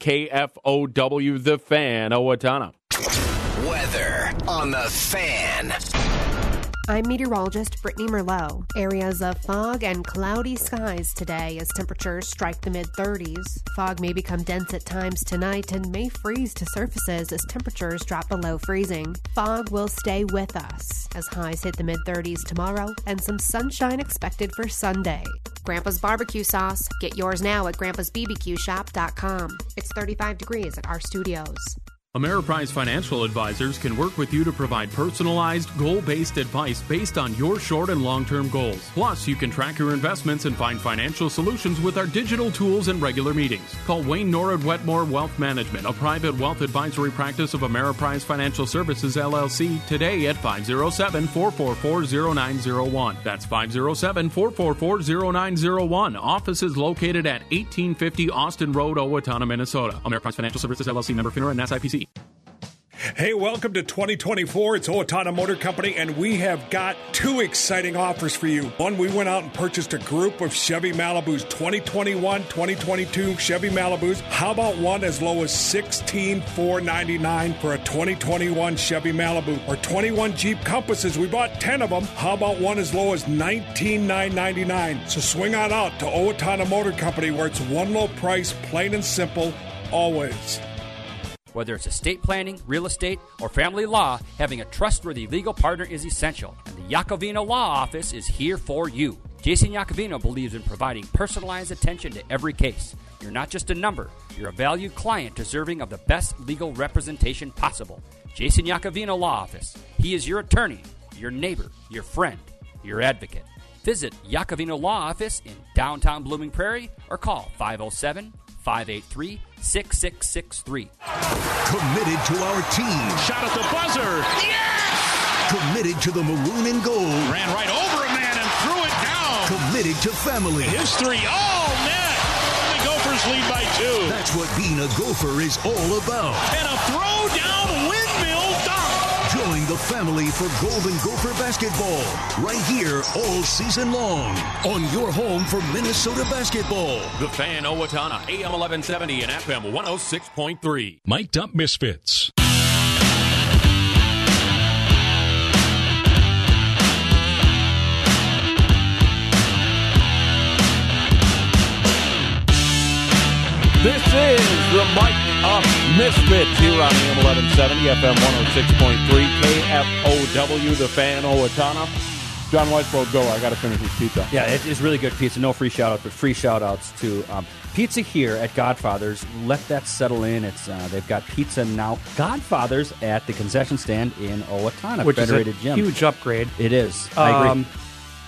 Speaker 2: KFOW, The Fan, Owatonna.
Speaker 7: Weather on the fan.
Speaker 8: I'm meteorologist Brittany Merlot. Areas of fog and cloudy skies today as temperatures strike the mid 30s. Fog may become dense at times tonight and may freeze to surfaces as temperatures drop below freezing. Fog will stay with us as highs hit the mid 30s tomorrow and some sunshine expected for Sunday. Grandpa's barbecue sauce. Get yours now at grandpa'sbbqshop.com. It's 35 degrees at our studios.
Speaker 2: Ameriprise Financial Advisors can work with you to provide personalized, goal based advice based on your short and long term goals. Plus, you can track your investments and find financial solutions with our digital tools and regular meetings. Call Wayne Norwood Wetmore Wealth Management, a private wealth advisory practice of Ameriprise Financial Services LLC, today at 507 444 0901. That's 507 444 0901. Office is located at 1850 Austin Road, Owatonna, Minnesota. Ameriprise Financial Services LLC member FINRA and SIPC.
Speaker 9: Hey, welcome to 2024. It's Owatonna Motor Company, and we have got two exciting offers for you. One, we went out and purchased a group of Chevy Malibu's 2021 2022 Chevy Malibu's. How about one as low as $16,499 for a 2021 Chevy Malibu or 21 Jeep Compasses? We bought 10 of them. How about one as low as $19,999? So swing on out to Owatonna Motor Company, where it's one low price, plain and simple, always.
Speaker 4: Whether it's estate planning, real estate, or family law, having a trustworthy legal partner is essential, and the Yakovino Law Office is here for you. Jason Yakovino believes in providing personalized attention to every case. You're not just a number, you're a valued client deserving of the best legal representation possible. Jason Yakovino Law Office. He is your attorney, your neighbor, your friend, your advocate. Visit Yakovino Law Office in downtown Blooming Prairie or call 507 583 6663.
Speaker 10: Committed to our team.
Speaker 9: Shot at the buzzer.
Speaker 10: Committed to the maroon and gold.
Speaker 9: Ran right over a man and threw it down.
Speaker 10: Committed to family.
Speaker 9: His three all net. The Gophers lead by two.
Speaker 10: That's what being a gopher is all about.
Speaker 9: And a throw down windmill dunk.
Speaker 10: Join the family for Golden Gopher basketball right here all season long on your home for Minnesota basketball.
Speaker 2: The Fan Owatonna, AM 1170 and FM 106.3.
Speaker 9: Mic'd up misfits.
Speaker 2: This is the Mike Up Misfits here on AM 1170, FM 106.3, KFOW, The Fan Owatonna. John Weisfeld, go. I got to finish this pizza.
Speaker 4: Yeah, it is really good pizza. No free shout outs, but free shout outs to um, pizza here at Godfather's. Let that settle in. It's uh, They've got pizza now, Godfather's at the concession stand in Owatonna,
Speaker 6: Which
Speaker 4: Federated
Speaker 6: is a
Speaker 4: Gym.
Speaker 6: huge upgrade.
Speaker 4: It is. I agree.
Speaker 6: Um,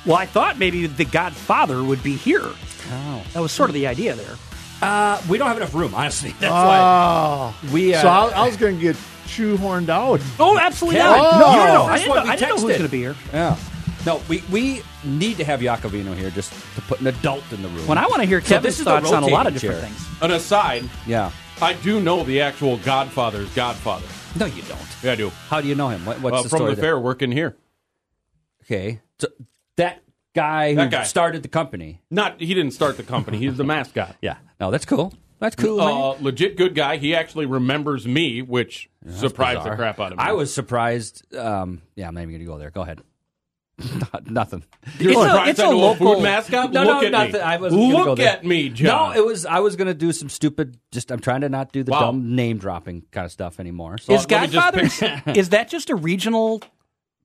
Speaker 6: well, I thought maybe the Godfather would be here.
Speaker 4: Oh.
Speaker 6: That was sort of the idea there.
Speaker 4: Uh, we don't have enough room, honestly. That's
Speaker 6: Uh,
Speaker 5: Oh.
Speaker 4: why we. Uh,
Speaker 5: so I, I was going to get shoehorned out.
Speaker 6: Oh, absolutely
Speaker 4: Kevin,
Speaker 6: not.
Speaker 5: no.
Speaker 6: You don't know. I
Speaker 4: That's
Speaker 6: didn't
Speaker 4: why
Speaker 6: know,
Speaker 4: we
Speaker 6: I didn't know who
Speaker 4: texted.
Speaker 6: was going to be here.
Speaker 4: yeah. No, we, we need to have Yakovino here just to put an adult in the room.
Speaker 6: When I want to hear
Speaker 4: So
Speaker 6: Kevin's
Speaker 4: this is the
Speaker 6: thoughts on a lot of
Speaker 4: rotating
Speaker 6: different
Speaker 4: chair.
Speaker 6: things.
Speaker 2: An aside,
Speaker 4: Yeah.
Speaker 2: I do know the actual Godfather's Godfather.
Speaker 4: No, you don't.
Speaker 2: Yeah, I do.
Speaker 4: How do you know him? What, what's
Speaker 2: Uh,
Speaker 4: the
Speaker 2: from
Speaker 4: story
Speaker 2: the
Speaker 4: there?
Speaker 2: fair, working here.
Speaker 4: Okay. So that guy who
Speaker 2: That guy.
Speaker 4: started the company.
Speaker 2: Not he didn't start the company. He's the mascot.
Speaker 4: Yeah. No, that's cool. That's cool.
Speaker 2: Uh,
Speaker 4: man.
Speaker 2: legit good guy. He actually remembers me, which surprised the
Speaker 4: Bizarre.
Speaker 2: crap out of me.
Speaker 4: I was surprised. Um, yeah, I'm not even going to go there. Go ahead. Not- nothing.
Speaker 2: You're it's surprised it's I know a food mascot.
Speaker 4: No,
Speaker 2: Look
Speaker 4: no,
Speaker 2: at me.
Speaker 4: nothing. I wasn't gonna
Speaker 2: Look
Speaker 4: go there.
Speaker 2: at me, John.
Speaker 4: No, it was. I was going to do some stupid. Just I'm trying to not do the
Speaker 2: Wow.
Speaker 4: dumb name dropping kind of stuff anymore. So
Speaker 6: Is
Speaker 2: let me just
Speaker 6: Godfather's is that just a regional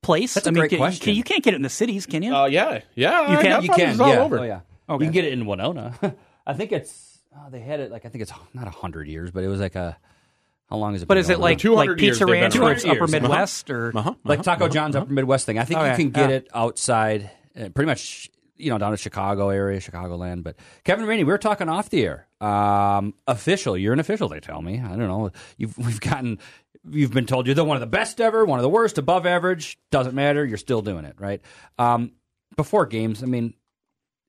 Speaker 6: place?
Speaker 4: That's
Speaker 6: a
Speaker 4: a great
Speaker 6: can,
Speaker 4: question.
Speaker 6: You can't get it in the cities, can you?
Speaker 2: Uh, yeah, yeah.
Speaker 6: You
Speaker 2: I-
Speaker 6: can-
Speaker 2: I
Speaker 6: you
Speaker 2: thought it
Speaker 4: can.
Speaker 2: was
Speaker 4: Yeah.
Speaker 2: all over.
Speaker 4: Oh, yeah.
Speaker 6: Okay.
Speaker 4: You can get it in Winona. I think it's. Oh, they had it like I think it's not hundred years, but it was like a How long has it?
Speaker 6: But
Speaker 4: been
Speaker 6: is it
Speaker 4: going
Speaker 6: like-
Speaker 4: on?
Speaker 6: 200 like years Pizza they've been Ranch around. or it's 200 Upper years. Midwest Uh-huh. or- Uh-huh,
Speaker 4: like Taco
Speaker 6: uh-huh,
Speaker 4: John's
Speaker 6: uh-huh.
Speaker 4: Upper Midwest thing? I think you
Speaker 6: Okay,
Speaker 4: can get
Speaker 6: yeah.
Speaker 4: it outside, uh, pretty much, you know, down to Chicago area, Chicagoland. But Kevin Rainey, we were talking off the air. Um, official, you're an official. They tell me. I don't know. You've we've gotten. You've been told you're the one of the best ever, one of the worst, above average. Doesn't matter. You're still doing it, right? Um, before games, I mean,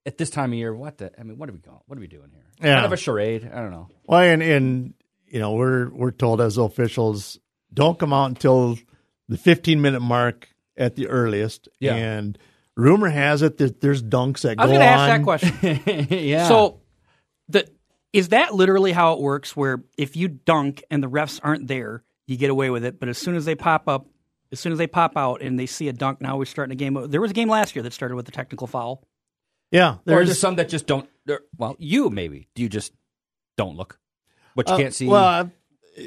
Speaker 4: at this time of year, what the? I mean, what are we going? What are we doing here?
Speaker 5: Yeah.
Speaker 4: Kind of a charade. I don't know.
Speaker 5: Well, and, and you know we're we're told as officials don't come out until the 15 minute mark at the earliest.
Speaker 4: Yeah.
Speaker 5: And rumor has it that there's dunks that
Speaker 6: I was
Speaker 5: go
Speaker 6: going to ask
Speaker 5: on.
Speaker 6: that question.
Speaker 4: yeah.
Speaker 6: So, the is that literally how it works? Where if you dunk and the refs aren't there, you get away with it. But as soon as they pop up, as soon as they pop out and they see a dunk, now we're starting a game. There was a game last year that started with a technical foul.
Speaker 5: Yeah,
Speaker 4: There's,
Speaker 5: there's
Speaker 4: or there's some that just don't. there- Well, you maybe do you just don't look, but you
Speaker 5: Uh,
Speaker 4: can't see.
Speaker 5: Well, uh,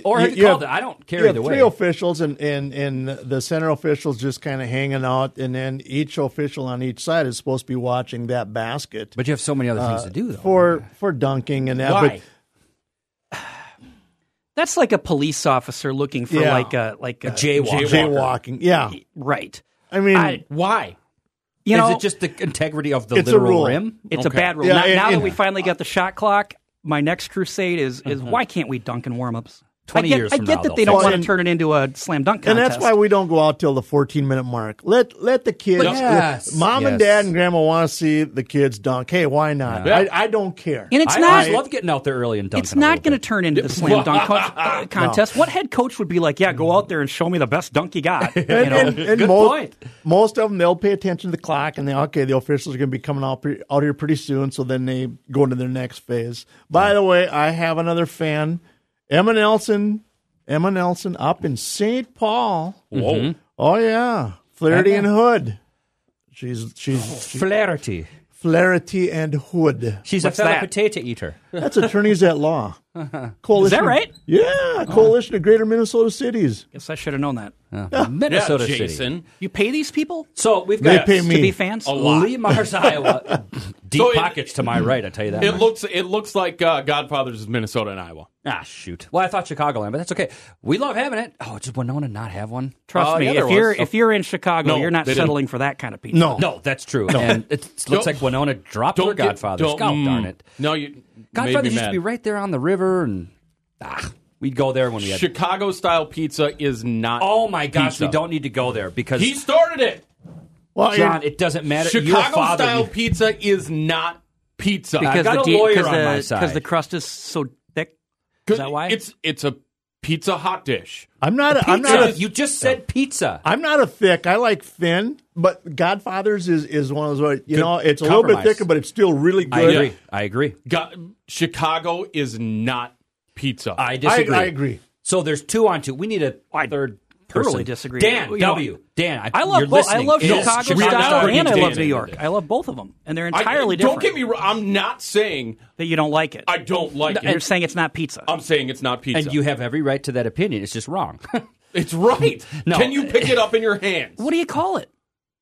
Speaker 4: or have you, called it? I don't
Speaker 5: you
Speaker 4: care
Speaker 5: have
Speaker 4: either
Speaker 5: three
Speaker 4: way.
Speaker 5: officials and, and, and the center officials just kind of hanging out, and then each official on each side is supposed to be watching that basket.
Speaker 4: But you have so many other things
Speaker 5: uh,
Speaker 4: to do though.
Speaker 5: for for dunking and that.
Speaker 6: Why? That's like a police officer looking for
Speaker 5: Yeah.
Speaker 6: like a like a,
Speaker 5: But jaywalking, yeah.
Speaker 6: right?
Speaker 5: I mean,
Speaker 4: Why?
Speaker 6: You know,
Speaker 4: is it just the integrity of the
Speaker 5: It's a
Speaker 4: literal
Speaker 5: rule.
Speaker 4: rim?
Speaker 6: It's
Speaker 4: Okay.
Speaker 6: a bad rule.
Speaker 5: Yeah,
Speaker 6: now
Speaker 5: and-
Speaker 6: now
Speaker 5: and-
Speaker 6: that we finally got the shot clock, my next crusade is is why can't we dunk in warmups?
Speaker 4: 20
Speaker 6: I get,
Speaker 4: Mm-hmm. years
Speaker 6: I
Speaker 4: from
Speaker 6: get
Speaker 4: now,
Speaker 6: that they
Speaker 4: they'll
Speaker 6: don't
Speaker 5: fix
Speaker 6: want
Speaker 5: it.
Speaker 6: to turn it into a slam dunk
Speaker 5: and
Speaker 6: contest.
Speaker 5: that's why we don't go out till the 14 minute mark. Let let the kids.
Speaker 6: But- Yes,
Speaker 5: mom and
Speaker 4: yes.
Speaker 5: dad and grandma want to see the kids dunk. Hey, why not?
Speaker 2: Yeah.
Speaker 5: I, I don't care.
Speaker 6: and it's
Speaker 4: I
Speaker 6: not
Speaker 4: always love getting out there early and dunking.
Speaker 6: it's
Speaker 4: a
Speaker 6: not
Speaker 4: little
Speaker 6: going to turn into the slam dunk co- uh, contest. What head coach would be like? Yeah, go out there and show me the best dunk you got. You
Speaker 5: And,
Speaker 6: know?
Speaker 5: and- and
Speaker 4: Good
Speaker 5: most,
Speaker 4: point.
Speaker 5: most of them, they'll pay attention to the clock and they, okay, the officials are going to be coming out, pre- out here pretty soon. So then they go into their next phase. By the way, I have another fan, Emma Nelson. Emma Nelson up in St. Paul.
Speaker 2: Whoa.
Speaker 5: Oh, yeah. Flaherty
Speaker 4: Emma.
Speaker 5: and Hood. She's, she's
Speaker 4: bit. Flaherty.
Speaker 5: Flaherty and Hood.
Speaker 4: She's
Speaker 6: What's
Speaker 4: a fellow
Speaker 6: that?
Speaker 4: potato eater.
Speaker 5: That's attorneys at law.
Speaker 6: Is
Speaker 5: Coalition
Speaker 6: that right?
Speaker 5: Yeah. Coalition of Greater Minnesota Cities.
Speaker 6: Guess I should have known that.
Speaker 4: Minnesota
Speaker 2: yeah,
Speaker 4: City.
Speaker 2: Jason.
Speaker 6: You pay these people
Speaker 4: So we've
Speaker 5: They
Speaker 4: got
Speaker 5: pay
Speaker 6: to be
Speaker 5: me.
Speaker 6: fans.
Speaker 4: Lee Mars, Iowa. Deep
Speaker 2: So it-
Speaker 4: pockets to my right. I tell you that.
Speaker 2: It
Speaker 4: much.
Speaker 2: looks it looks like uh, Godfathers is Minnesota and Iowa.
Speaker 4: ah, shoot. Well, I thought Chicagoland, but that's okay. We love having it. Oh, did Winona not have one? Oh,
Speaker 6: Trust
Speaker 2: Uh,
Speaker 6: me,
Speaker 2: yeah, there
Speaker 6: if you're
Speaker 2: was.
Speaker 6: if you're in Chicago,
Speaker 2: No,
Speaker 6: you're not
Speaker 2: they didn't.
Speaker 6: settling for that kind of pizza.
Speaker 5: No.
Speaker 4: No, that's true. And it looks
Speaker 2: Don't-
Speaker 4: like Winona dropped her
Speaker 2: get-
Speaker 4: Godfathers.
Speaker 2: don't-
Speaker 4: God darn
Speaker 2: mm.
Speaker 4: it.
Speaker 2: No, you made me
Speaker 4: Godfathers used
Speaker 2: mad.
Speaker 4: to be right there on the river, and ah, we'd go there when we had.
Speaker 2: Chicago style pizza is not.
Speaker 4: oh my gosh,
Speaker 2: pizza.
Speaker 4: we don't need to go there because
Speaker 2: He started it.
Speaker 5: Well, and-
Speaker 4: John, it doesn't matter. Your
Speaker 2: Chicago
Speaker 4: father,
Speaker 2: style
Speaker 4: you-
Speaker 2: pizza is not pizza.
Speaker 4: I've
Speaker 6: because
Speaker 4: got
Speaker 6: the
Speaker 4: a
Speaker 6: de-
Speaker 4: lawyer
Speaker 6: 'cause
Speaker 4: on my
Speaker 6: the-
Speaker 4: side.
Speaker 6: the crust is so thick.
Speaker 2: Is
Speaker 6: that why?
Speaker 2: It's it's a pizza hot dish.
Speaker 5: I'm not. A, I'm
Speaker 4: Pizza.
Speaker 5: not. A,
Speaker 4: you just said pizza.
Speaker 5: I'm not a thick. I like thin, but Godfather's is is one of those. where, You know, it's a little bit
Speaker 4: compromise.
Speaker 5: thicker, but it's still really
Speaker 4: I
Speaker 5: good.
Speaker 4: agree. I agree.
Speaker 2: Go- Chicago is not pizza.
Speaker 4: I
Speaker 5: I,
Speaker 4: disagree.
Speaker 5: I agree.
Speaker 4: So there's two on two. We need a third person.
Speaker 6: thoroughly disagree.
Speaker 4: Dan
Speaker 6: You know,
Speaker 4: W. Dan, I,
Speaker 6: I
Speaker 4: you're
Speaker 6: love both. I
Speaker 4: listening.
Speaker 6: love
Speaker 4: It is
Speaker 6: Chicago
Speaker 2: Chicago
Speaker 6: style
Speaker 2: style
Speaker 6: and I
Speaker 2: pizza.
Speaker 6: love New York. I love both of them, and they're
Speaker 2: I-
Speaker 6: entirely
Speaker 2: don't
Speaker 6: different.
Speaker 2: get me wrong. I'm not saying
Speaker 6: that you don't like it.
Speaker 2: I don't like
Speaker 6: You're
Speaker 2: it.
Speaker 6: saying it's not pizza.
Speaker 2: I'm saying it's not pizza.
Speaker 4: And you have every right to that opinion. It's just wrong.
Speaker 2: it's right.
Speaker 4: No.
Speaker 2: Can you pick it up in your hands?
Speaker 6: what do you call it?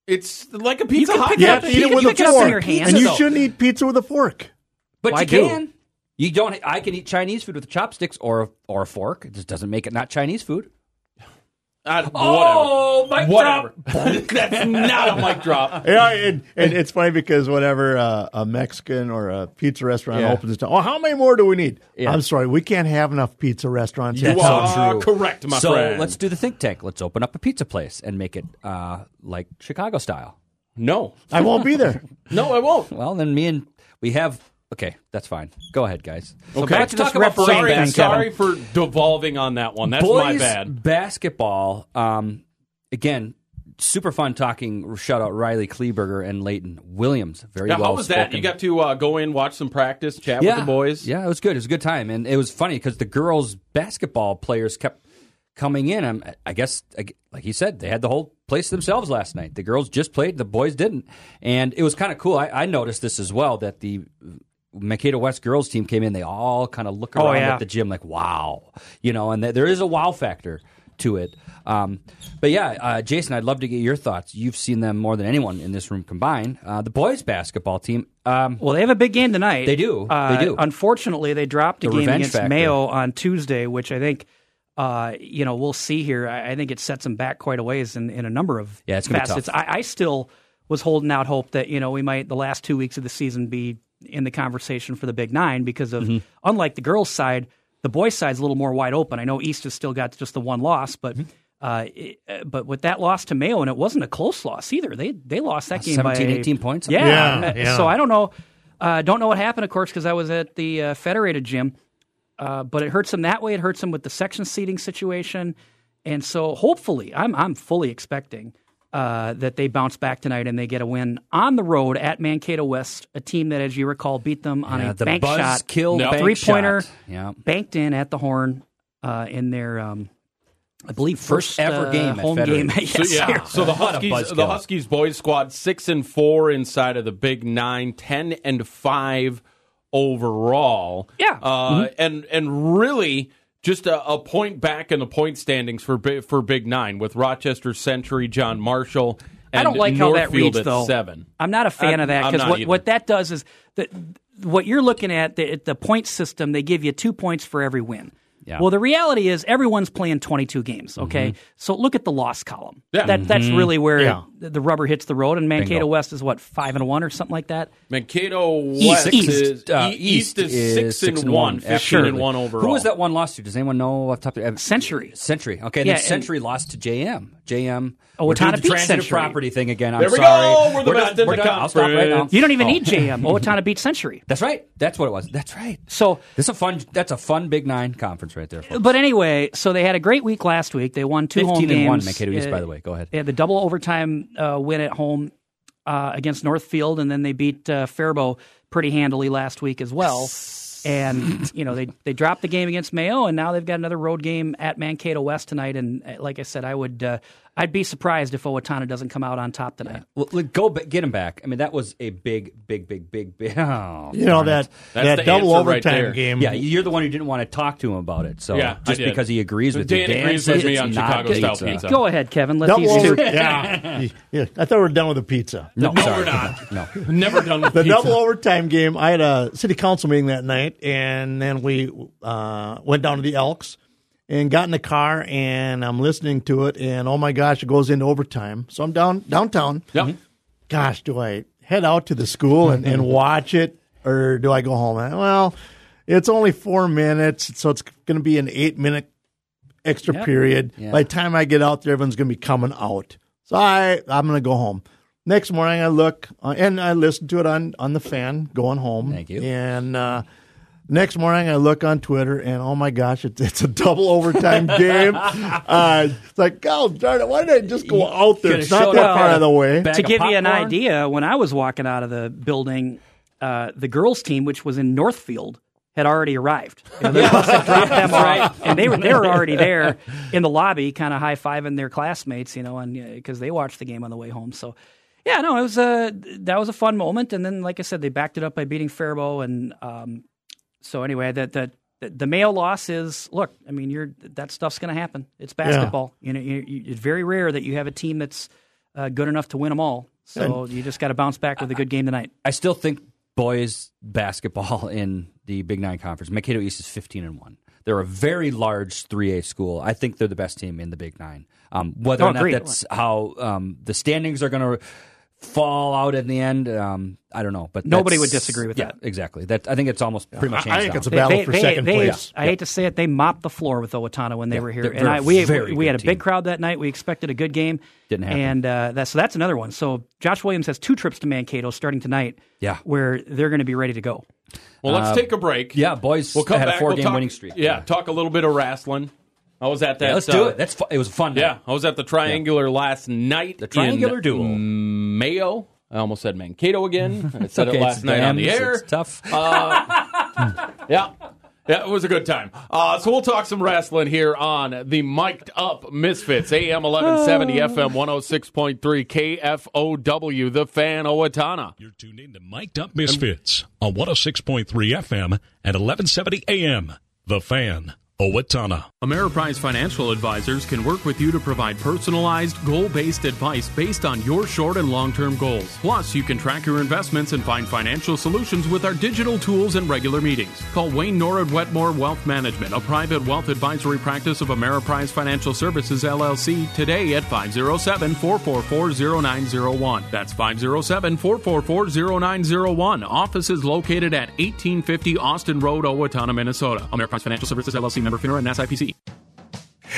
Speaker 2: It's like a pizza
Speaker 6: can
Speaker 2: hot
Speaker 6: pick
Speaker 5: You
Speaker 6: Yeah,
Speaker 2: dish.
Speaker 5: have
Speaker 6: but
Speaker 5: to
Speaker 6: you
Speaker 5: eat it
Speaker 6: can
Speaker 5: with a
Speaker 6: pick it up in
Speaker 5: fork,
Speaker 6: your hands,
Speaker 5: and you
Speaker 4: though.
Speaker 5: shouldn't eat pizza with a fork.
Speaker 4: But
Speaker 6: Well,
Speaker 4: you
Speaker 6: I do.
Speaker 4: can. You don't. I can eat Chinese food with chopsticks or or a fork. It just doesn't make it not Chinese food.
Speaker 2: I- whatever.
Speaker 4: Oh, mic
Speaker 2: whatever. That's not a mic drop.
Speaker 5: Yeah, and, and it's funny because whenever uh, a Mexican or a pizza restaurant
Speaker 4: Yeah.
Speaker 5: opens, it's, oh, how many more do we need?
Speaker 4: Yeah.
Speaker 5: I'm sorry, we can't have enough pizza restaurants. in
Speaker 2: You
Speaker 5: town.
Speaker 2: are correct, my
Speaker 4: so
Speaker 2: friend.
Speaker 4: let's do the think tank. Let's open up a pizza place and make it uh, like Chicago style.
Speaker 2: No,
Speaker 5: I won't be there.
Speaker 2: no, I won't.
Speaker 4: Well, then me and we have. Okay, that's fine. Go ahead, guys.
Speaker 2: Okay,
Speaker 6: back to
Speaker 4: Let's
Speaker 6: this
Speaker 4: talk about
Speaker 6: referee
Speaker 2: sorry,
Speaker 4: sorry,
Speaker 6: thing,
Speaker 2: sorry for devolving on that one. That's
Speaker 4: boys
Speaker 2: my bad.
Speaker 4: basketball. Um, again, super fun talking. Shout out Riley Kleberger and Leighton Williams. Very
Speaker 2: Now,
Speaker 4: well.
Speaker 2: how was that?
Speaker 4: spoken.
Speaker 2: You got to uh, go in, watch some practice, chat with the boys.
Speaker 4: Yeah, it was good. It was a good time, and it was funny because the girls' basketball players kept coming in. Um, I guess, ag- like you said, they had the whole place to themselves last night. The girls just played, the boys didn't, and it was kind of cool. I, I noticed this as well that the Mankato West girls team came in. They all kind of look around
Speaker 6: yeah.
Speaker 4: at the gym like, "Wow," you know, and th- there is a wow factor. To it, um, but yeah, uh, Jason, I'd love to get your thoughts. You've seen them more than anyone in this room combined. Uh, the boys' basketball team, um,
Speaker 6: Well, they have a big game tonight.
Speaker 4: They do.
Speaker 6: Uh,
Speaker 4: They do.
Speaker 6: Unfortunately, they dropped a
Speaker 4: The
Speaker 6: game
Speaker 4: revenge
Speaker 6: against
Speaker 4: factor.
Speaker 6: Mayo on Tuesday, which I think uh, you know, we'll see here. I, I think it sets them back quite a ways in, in a number of
Speaker 4: Yeah, it's gonna be tough.
Speaker 6: facets. I, I still was holding out hope that you know we might the last two weeks of the season be in the conversation for the Big Nine because
Speaker 4: Mm-hmm.
Speaker 6: of unlike the girls' side, the boys' side's a little more wide open. I know East has still got just the one loss, but.
Speaker 4: Mm-hmm.
Speaker 6: Uh, it, uh, but with that loss to Mayo, and it wasn't a close loss either. They they lost that game by
Speaker 4: 17, 18 Uh, points?
Speaker 6: Yeah.
Speaker 4: Yeah,
Speaker 6: Uh,
Speaker 4: yeah.
Speaker 6: So I don't know. Uh, don't know what happened, of course, because I was at the uh, Federated gym. Uh, but it hurts them that way. It hurts them with the section seating situation, and so hopefully, I'm I'm fully expecting uh, that they bounce back tonight and they get a win on the road at Mankato West, a team that, as you recall, beat them on
Speaker 4: Yeah,
Speaker 6: a
Speaker 4: the
Speaker 6: bank
Speaker 4: buzz
Speaker 6: shot,
Speaker 4: kill Nope. bank
Speaker 6: three pointer,
Speaker 4: shot. Yeah.
Speaker 6: banked in at the horn uh, in their. Um, I believe first,
Speaker 4: First ever
Speaker 6: uh,
Speaker 4: game at
Speaker 6: home
Speaker 4: Federated.
Speaker 6: game.
Speaker 2: So,
Speaker 6: yes,
Speaker 2: yeah.
Speaker 6: here.
Speaker 2: so the
Speaker 4: What a
Speaker 2: Huskies,
Speaker 4: buzzkill.
Speaker 2: the Huskies boys squad, six and four inside of the Big Nine, 10 and five overall.
Speaker 6: Yeah.
Speaker 2: uh, and and really just a, a point back in the point standings for Bi- for Big Nine with Rochester Century, John Marshall. And
Speaker 6: I don't like how that
Speaker 2: Northfield
Speaker 6: reads
Speaker 2: at
Speaker 6: though.
Speaker 2: Seven.
Speaker 6: I'm not a fan
Speaker 2: I'm-
Speaker 6: of that
Speaker 2: I'm
Speaker 6: because
Speaker 2: not
Speaker 6: what,
Speaker 2: either.
Speaker 6: what that does is that what you're looking at the, the point system. They give you two points for every win.
Speaker 4: Yeah. Mm-hmm.
Speaker 6: Well, the reality is everyone's playing 22 games. Okay, so look at the loss column.
Speaker 2: Yeah.
Speaker 6: That that's
Speaker 4: Mhm.
Speaker 6: really where
Speaker 5: Yeah.
Speaker 6: the, the rubber hits the road. And Mankato
Speaker 4: Bingo.
Speaker 6: West is what five and one or something like that.
Speaker 2: Mankato
Speaker 6: East-
Speaker 2: West
Speaker 6: East,
Speaker 2: is,
Speaker 4: uh,
Speaker 2: E- East is, six, and, one, 15 and
Speaker 4: absolutely.
Speaker 2: one overall.
Speaker 4: Who was that one lost to? Does anyone know off the top of their-
Speaker 6: Century.
Speaker 4: Century. Okay, and
Speaker 6: Yeah,
Speaker 4: then
Speaker 6: and-
Speaker 4: Century lost to JM. JM.
Speaker 6: Oh,
Speaker 4: we're doing
Speaker 6: Watanabe
Speaker 4: the transitive
Speaker 6: Century.
Speaker 4: property thing again. I'm
Speaker 2: There we go.
Speaker 4: sorry.
Speaker 2: We're the best
Speaker 4: done-
Speaker 2: in
Speaker 4: we're
Speaker 2: the
Speaker 4: done. I'll stop right now.
Speaker 2: conference.
Speaker 6: You don't even
Speaker 4: Oh.
Speaker 6: need JM. Owatonna beat Century.
Speaker 4: That's right. That's what it was. That's right.
Speaker 6: So
Speaker 4: This is a fun. That's a fun Big Nine conference right there. folks.
Speaker 6: But anyway, so they had a great week last week. They won two home
Speaker 4: 15
Speaker 6: games.
Speaker 4: and one, Mankato East,
Speaker 6: Uh,
Speaker 4: by the way. Go ahead.
Speaker 6: They had the double overtime uh, win at home uh, against Northfield, and then they beat uh, Faribault pretty handily last week as well. And you know they they dropped the game against Mayo, and now they've got another road game at Mankato West tonight. And uh, like I said, I would uh, I'd be surprised if Owatonna doesn't come out on top tonight.
Speaker 4: Well, look, go ba- get him back. I mean, that was a big, big, big, big, big. Oh,
Speaker 5: You know
Speaker 4: darn
Speaker 5: that
Speaker 4: it.
Speaker 2: That's the
Speaker 5: that double
Speaker 2: answer right
Speaker 5: overtime
Speaker 2: there.
Speaker 5: game.
Speaker 4: Yeah, you're the one who didn't want to talk to him about it. So
Speaker 2: Yeah, I
Speaker 4: just
Speaker 2: did.
Speaker 4: because he agrees with you,
Speaker 2: Dan agrees with
Speaker 4: says
Speaker 2: me
Speaker 4: it's
Speaker 2: on
Speaker 4: not
Speaker 2: Chicago style
Speaker 4: pizza.
Speaker 2: pizza.
Speaker 6: Go ahead, Kevin. Let
Speaker 5: double
Speaker 6: these two.
Speaker 5: over, yeah. yeah. I thought we were done with the pizza.
Speaker 4: No,
Speaker 2: No, we're
Speaker 4: sorry.
Speaker 2: not.
Speaker 4: No.
Speaker 2: Never done with
Speaker 5: the
Speaker 2: pizza.
Speaker 5: double overtime game. I had a city council meeting that night, and then we uh, went down to the Elks and got in the car, and I'm listening to it, and oh my gosh, it goes into overtime. So I'm down downtown.
Speaker 2: Yeah.
Speaker 5: Gosh, do I head out to the school and,
Speaker 2: Mm-hmm.
Speaker 5: and watch it, or do I go home? I- Well, it's only four minutes, so it's going to be an eight minute extra period. By the time I get out there, everyone's going to be coming out. So I, I'm going to go home. Next morning, I look uh, and I listen to it on, on the fan going home.
Speaker 4: Thank you.
Speaker 5: And uh, next morning, I look on Twitter and oh my gosh, it's it's a double overtime game. Uh, it's like, God darn it, why did I just go out there?
Speaker 4: Could've
Speaker 5: It's not
Speaker 4: showed
Speaker 5: that
Speaker 4: up
Speaker 5: far
Speaker 4: with
Speaker 5: out of the
Speaker 4: a
Speaker 5: way.
Speaker 4: bag
Speaker 6: to
Speaker 4: of
Speaker 6: give you an
Speaker 4: popcorn.
Speaker 6: idea, when I was walking out of the building, uh, the girls' team, which was in Northfield, had already arrived. You know, the bus had dropped them off, and they were they were already there in the lobby, kind of high fiving their classmates, you know, and because they watched the game on the way home. So, yeah, no, it was a that was a fun moment. And then, like I said, they backed it up by beating Faribault, and um, so anyway, that that. The, the Mayo loss is look. I mean, you're that stuff's going to happen. It's basketball. You know, you, you, it's very rare that you have a team that's uh, good enough to win them all. So you just got to bounce back with a good game tonight.
Speaker 4: I still think boys basketball in the Big Nine conference. Mankato East is fifteen and one. They're a very large three A school. I think they're the best team in the Big Nine. Um, whether
Speaker 6: Oh,
Speaker 4: or not
Speaker 6: agreed.
Speaker 4: that's how um, the standings are going to fall out in the end, um, I don't know. But
Speaker 6: Nobody
Speaker 4: that's-
Speaker 6: would disagree with
Speaker 4: yeah,
Speaker 6: that.
Speaker 4: Exactly. That I think it's almost pretty much.
Speaker 5: I
Speaker 4: hands
Speaker 5: think
Speaker 4: down.
Speaker 5: it's a battle for second
Speaker 6: they-
Speaker 5: place.
Speaker 6: I hate to say it, they mopped the floor with Owatonna when they were here,
Speaker 4: they're-
Speaker 6: and
Speaker 4: they're
Speaker 6: I,
Speaker 4: a
Speaker 6: we
Speaker 4: very
Speaker 6: we had a
Speaker 4: good
Speaker 6: big
Speaker 4: team.
Speaker 6: crowd that night. We expected a good game,
Speaker 4: Didn't happen.
Speaker 6: and uh, that's so that's another one. So Josh Williams has two trips to Mankato starting tonight.
Speaker 4: Yeah.
Speaker 6: where they're going to be ready to go.
Speaker 2: Well, let's take a break.
Speaker 4: Uh, yeah, boys
Speaker 2: We'll come
Speaker 4: had a
Speaker 2: back.
Speaker 4: four
Speaker 2: We'll
Speaker 4: game
Speaker 2: talk-
Speaker 4: winning streak.
Speaker 2: Yeah, talk a little bit of wrestling. I was at that.
Speaker 4: Yeah, let's
Speaker 2: uh,
Speaker 4: do it. That's fu- it was a fun. night.
Speaker 2: yeah, I was at the Triangular last night. The
Speaker 4: triangular
Speaker 2: in
Speaker 4: duel.
Speaker 2: Mayo. I almost said Mankato again. I said
Speaker 4: Okay,
Speaker 2: it last
Speaker 4: it's
Speaker 2: night on the
Speaker 4: Dams,
Speaker 2: air.
Speaker 4: It's tough.
Speaker 2: Yeah. Yeah, it was a good time. Uh, so we'll talk some wrestling here on the Mic'd Up Misfits, AM 1170, FM 106.3, KFOW, The Fan, Owatonna.
Speaker 11: You're tuned in to Mic'd Up oh Misfits on 106.3 FM and 1170 AM. The Fan,
Speaker 2: Owatonna. Ameriprise Financial Advisors can work with you to provide personalized, goal based advice based on your short and long term goals. Plus, you can track your investments and find financial solutions with our digital tools and regular meetings. Call Wayne Norwood Wetmore Wealth Management, a private wealth advisory practice of Ameriprise Financial Services LLC, today at 507 444 0901. That's 507 444 0901. Office is located at 1850 Austin Road, Owatonna, Minnesota. Ameriprise Financial Services LLC member FINRA and SIPC.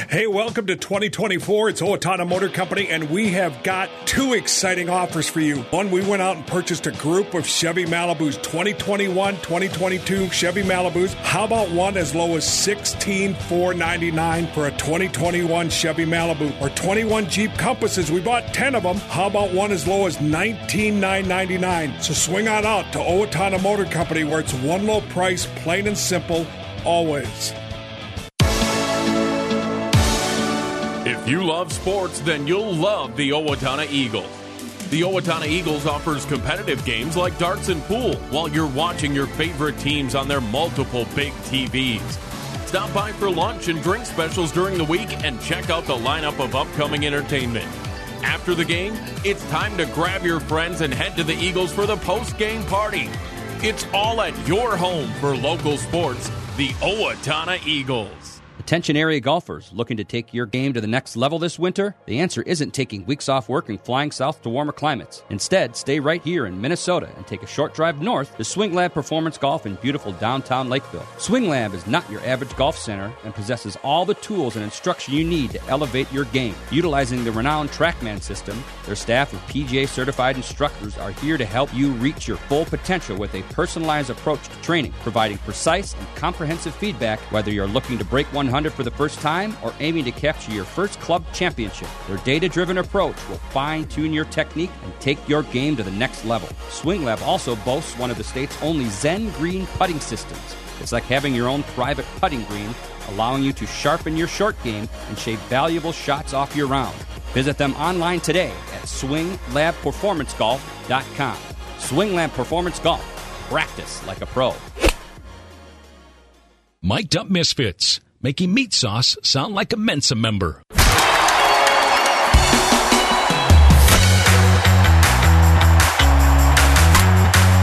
Speaker 9: Hey, welcome to 2024. It's Owatonna Motor Company, and we have got two exciting offers for you. One, we went out and purchased a group of Chevy Malibu's 2021 2022 Chevy Malibu's. How about one as low as $16,499 for a 2021 Chevy Malibu? Or 21 Jeep Compasses, we bought 10 of them. How about one as low as $19,999? So swing on out to Owatonna Motor Company, where it's one low price, plain and simple, always.
Speaker 2: If you love sports, then you'll love the Owatonna Eagle. The Owatonna Eagles offers competitive games like darts and pool while you're watching your favorite teams on their multiple big TVs. Stop by for lunch and drink specials during the week and check out the lineup of upcoming entertainment. After the game, it's time to grab your friends and head to the Eagles for the post game party. It's all at your home for local sports, the Owatonna Eagles.
Speaker 4: Attention area golfers looking to take your game to the next level this winter? The answer isn't taking weeks off work and flying south to warmer climates. Instead, stay right here in Minnesota and take a short drive north to Swing Lab Performance Golf in beautiful downtown Lakeville. Swing Lab is not your average golf center and possesses all the tools and instruction you need to elevate your game. Utilizing the renowned TrackMan system, their staff of PGA certified instructors are here to help you reach your full potential with a personalized approach to training, providing precise and comprehensive feedback whether you're looking to break 100 for the first time or aiming to capture your first club championship. Their data driven approach will fine tune your technique and take your game to the next level. Swing Lab also boasts one of the state's only Zen Green putting systems. It's like having your own private putting green, allowing you to sharpen your short game and shave valuable shots off your round. Visit them online today at swinglabperformancegolf.com. Swing Lab Performance Golf. Practice like a pro.
Speaker 11: Mic'd Up Misfits, making meat sauce sound like a Mensa member.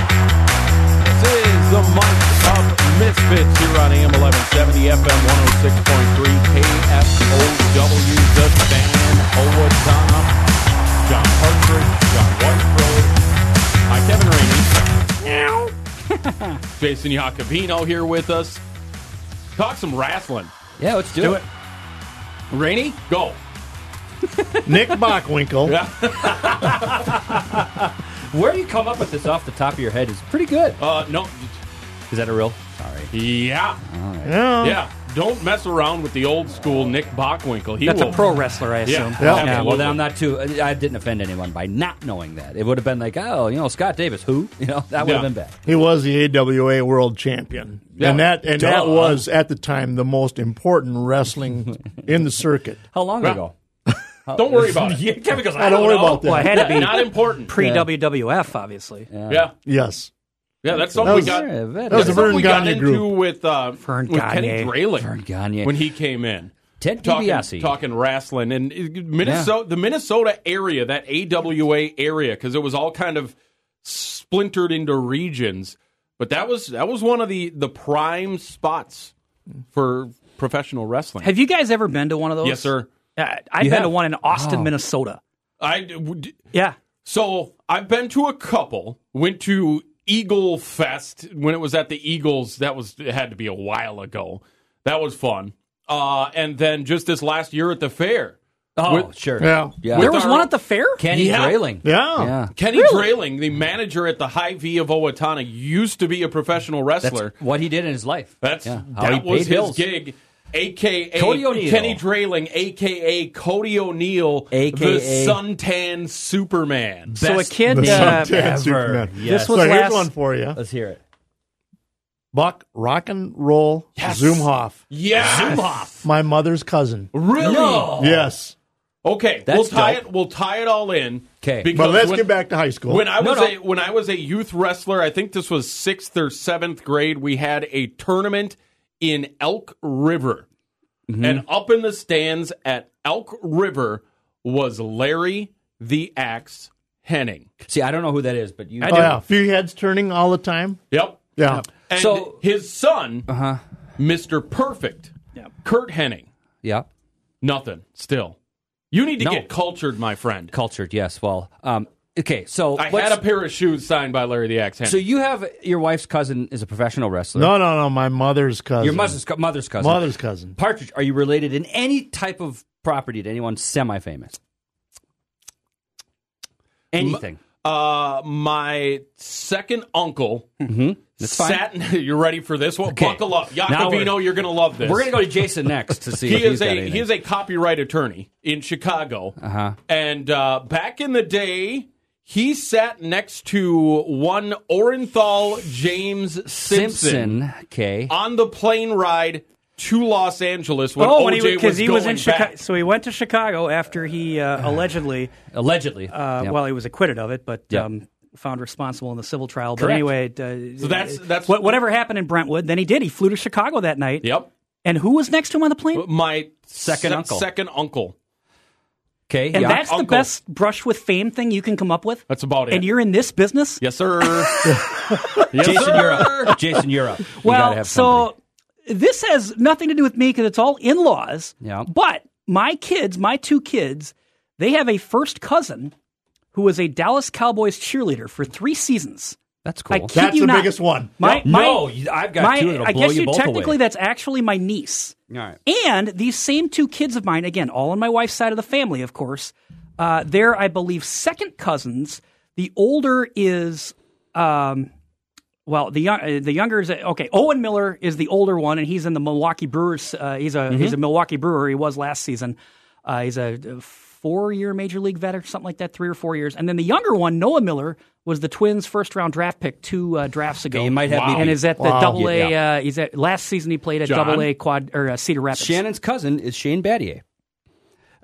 Speaker 2: This is the Mike Up Misfits here on AM 1170, FM 106.3, KFOW, The Fan, Owatonna, John Partridge, John Whiteford, hi, Kevin Rainey, Jason Jacobino here with us. Talk some wrestling.
Speaker 4: Yeah, let's do, it. Rainey,
Speaker 2: go.
Speaker 5: Nick Bockwinkel.
Speaker 4: Where you come up with this off the top of your head is pretty good.
Speaker 2: Uh, no.
Speaker 4: Is that a real? Sorry.
Speaker 2: Yeah.
Speaker 5: Yeah.
Speaker 2: Yeah. Don't mess around with the old school Nick Bockwinkel. He
Speaker 4: That's a
Speaker 2: will-
Speaker 4: pro wrestler, I
Speaker 2: Yeah,
Speaker 4: assume.
Speaker 2: absolutely.
Speaker 4: well, then I'm not too. I didn't offend anyone by not knowing that. It would have been like, oh, you know, Scott Davis, who? You know, that would have
Speaker 5: Yeah.
Speaker 4: been bad.
Speaker 5: He was the AWA World Champion,
Speaker 4: Yeah.
Speaker 5: and that and that
Speaker 4: Duh.
Speaker 5: was at the time the most important wrestling in the circuit.
Speaker 4: How long ago?
Speaker 2: Don't worry about it.
Speaker 4: Yeah, Kevin goes,
Speaker 5: I don't worry about that.
Speaker 6: Well, it had to be
Speaker 2: Not important.
Speaker 6: Pre WWF, obviously.
Speaker 2: Yeah.
Speaker 5: Yes.
Speaker 2: Yeah, that's something
Speaker 5: That was-
Speaker 2: we got.
Speaker 5: that was
Speaker 2: that's
Speaker 5: the
Speaker 2: something
Speaker 5: Vern
Speaker 2: we got
Speaker 5: Gagne
Speaker 2: into
Speaker 5: group.
Speaker 2: with uh, with Kenny
Speaker 5: Gagne.
Speaker 2: Grayling
Speaker 4: Vern Gagne.
Speaker 2: when he came in.
Speaker 4: Ted
Speaker 2: Talking,
Speaker 4: DiBiase.
Speaker 2: talking wrestling and uh, Minnesota, the Minnesota area, that AWA area, because it was all kind of splintered into regions. But that was that was one of the the prime spots for professional wrestling.
Speaker 6: Have you guys ever been to one of those?
Speaker 2: yes, sir. Oh.
Speaker 6: Uh, I've
Speaker 2: Yeah.
Speaker 6: been to one in Austin,
Speaker 2: Wow.
Speaker 6: Minnesota.
Speaker 2: I would-
Speaker 6: Yeah.
Speaker 2: So I've been to a couple. Went to Eagle Fest when it was at the Eagles. That was it had to be a while ago. That was fun. Uh, and then just this last year at the fair,
Speaker 4: Oh,
Speaker 2: With-
Speaker 4: sure.
Speaker 5: Yeah.
Speaker 4: Yeah.
Speaker 6: there was
Speaker 2: our-
Speaker 6: one at the fair?
Speaker 4: Kenny
Speaker 2: Yeah.
Speaker 4: Grayling.
Speaker 5: Yeah.
Speaker 4: Yeah.
Speaker 2: Kenny Grayling, the manager at the High V of Owatonna, used to be a professional
Speaker 4: That's
Speaker 2: wrestler.
Speaker 4: what he did in his life.
Speaker 2: That's,
Speaker 4: Yeah. How he
Speaker 2: that was
Speaker 4: paid
Speaker 2: his
Speaker 4: bills.
Speaker 2: gig. AKA
Speaker 4: Cody O'Neill.
Speaker 2: Kenny Grayling, AKA Cody O'Neill,
Speaker 4: AKA
Speaker 2: the suntan Superman.
Speaker 6: So a
Speaker 4: Best
Speaker 6: kid,
Speaker 5: The
Speaker 6: uh,
Speaker 5: Suntan Superman.
Speaker 4: Yes.
Speaker 6: This was
Speaker 5: so here's
Speaker 6: last-
Speaker 5: one for you.
Speaker 4: Let's hear it.
Speaker 5: Buck Rock and Roll Zoomhoff,
Speaker 2: Yeah.
Speaker 5: my mother's cousin.
Speaker 2: Really?
Speaker 5: Yes,
Speaker 2: Okay,
Speaker 4: That's
Speaker 2: we'll tie
Speaker 4: dope.
Speaker 2: it. We'll tie it all in.
Speaker 4: 'Kay.
Speaker 2: because
Speaker 5: but let's
Speaker 2: when-
Speaker 5: get back to high school.
Speaker 2: When I
Speaker 4: No,
Speaker 2: was
Speaker 4: no.
Speaker 2: a when I was a youth wrestler, I think this was sixth or seventh grade. We had a tournament in Elk River,
Speaker 4: Mm-hmm.
Speaker 2: And up in the stands at Elk River was Larry the Axe Henning.
Speaker 4: See, I don't know who that is, but you.
Speaker 5: oh, yeah. Few heads turning all the time.
Speaker 2: Yep.
Speaker 5: Yeah.
Speaker 2: And
Speaker 5: So-
Speaker 2: his son,
Speaker 4: Uh-huh.
Speaker 2: Mr. Perfect, Kurt Henning.
Speaker 4: Yeah.
Speaker 2: Nothing still. You need to get cultured, my friend.
Speaker 4: Cultured, yes. Well, um, okay, so.
Speaker 2: I
Speaker 4: let's-
Speaker 2: had a pair of shoes signed by Larry the Axe Henning.
Speaker 4: So you have your wife's cousin is a professional wrestler.
Speaker 5: No, no, no. My mother's cousin.
Speaker 4: Your mother's co- mother's cousin.
Speaker 5: Mother's cousin.
Speaker 4: Partridge, are you related in any type of property to anyone semi-famous? Anything.
Speaker 2: Uh, my second uncle
Speaker 4: Mm-hmm. That's fine.
Speaker 2: sat. you're ready for this one? Buckle up,
Speaker 4: Now we're-
Speaker 2: Jacobino. You're going to love this.
Speaker 4: We're gonna go to Jason next to see
Speaker 2: he
Speaker 4: if
Speaker 2: is
Speaker 4: he's
Speaker 2: a
Speaker 4: got anything.
Speaker 2: he is a copyright attorney in Chicago,
Speaker 4: Uh-huh.
Speaker 2: and uh, back in the day, he sat next to one Orenthal James Simpson,
Speaker 4: Simpson. Okay.
Speaker 2: on the plane ride to Los Angeles when
Speaker 6: oh,
Speaker 2: OJ
Speaker 6: when he because he was
Speaker 2: going
Speaker 6: in
Speaker 2: back.
Speaker 6: Chicago, so he went to Chicago after he uh, allegedly,
Speaker 4: allegedly,
Speaker 6: uh,
Speaker 2: Yep.
Speaker 6: well, he was acquitted of it, but
Speaker 2: Yep.
Speaker 6: um, found responsible in the civil trial. But
Speaker 2: Correct.
Speaker 6: anyway, uh,
Speaker 2: So that's- that's-
Speaker 6: what, whatever happened in Brentwood. Then he did. He flew to Chicago that night.
Speaker 2: Yep.
Speaker 6: And who was next to him on the plane?
Speaker 2: My
Speaker 6: Second
Speaker 2: se-
Speaker 6: uncle.
Speaker 2: Second uncle.
Speaker 4: Okay,
Speaker 6: And that's the best brush with fame thing you can come up with.
Speaker 2: That's about it.
Speaker 6: And you're in this business.
Speaker 2: Yes, sir. yes,
Speaker 4: Jason,
Speaker 2: sir.
Speaker 4: you're up. Jason, you're up. You gotta
Speaker 6: Well,
Speaker 4: have
Speaker 6: so oh, this has nothing to do with me because it's all in laws.
Speaker 4: Yeah.
Speaker 6: But my kids, my two kids, they have a first cousin who was a Dallas Cowboys cheerleader for three seasons.
Speaker 4: That's
Speaker 6: I
Speaker 4: cool.
Speaker 6: kid you not. My, my,
Speaker 4: no, you- I've got
Speaker 6: my-
Speaker 4: two. It'll
Speaker 6: I
Speaker 4: blow
Speaker 6: guess
Speaker 4: you
Speaker 6: you
Speaker 4: both away.
Speaker 6: technically that's actually my niece.
Speaker 4: All right.
Speaker 6: And these same two kids of mine, again, all on my wife's side of the family, of course, uh, they're, I believe, second cousins. The older is, um, well, the young, uh, the younger is okay. Owen Miller is the older one, and he's in the Milwaukee Brewers. Uh, he's a
Speaker 4: Mm-hmm.
Speaker 6: he's a Milwaukee Brewer. He was last season. Uh, he's a four year major league vet or something like that, three or four years. And then the younger one, Noah Miller, was the Twins' first round draft pick two uh, drafts ago.
Speaker 4: you might have me
Speaker 6: and
Speaker 4: beat.
Speaker 6: is at the
Speaker 4: Wow.
Speaker 6: Double A.
Speaker 4: Yeah.
Speaker 6: Uh, he's at last season he played at
Speaker 4: John?
Speaker 6: Double A quad or uh, Cedar Rapids.
Speaker 4: Shannon's cousin is Shane Battier.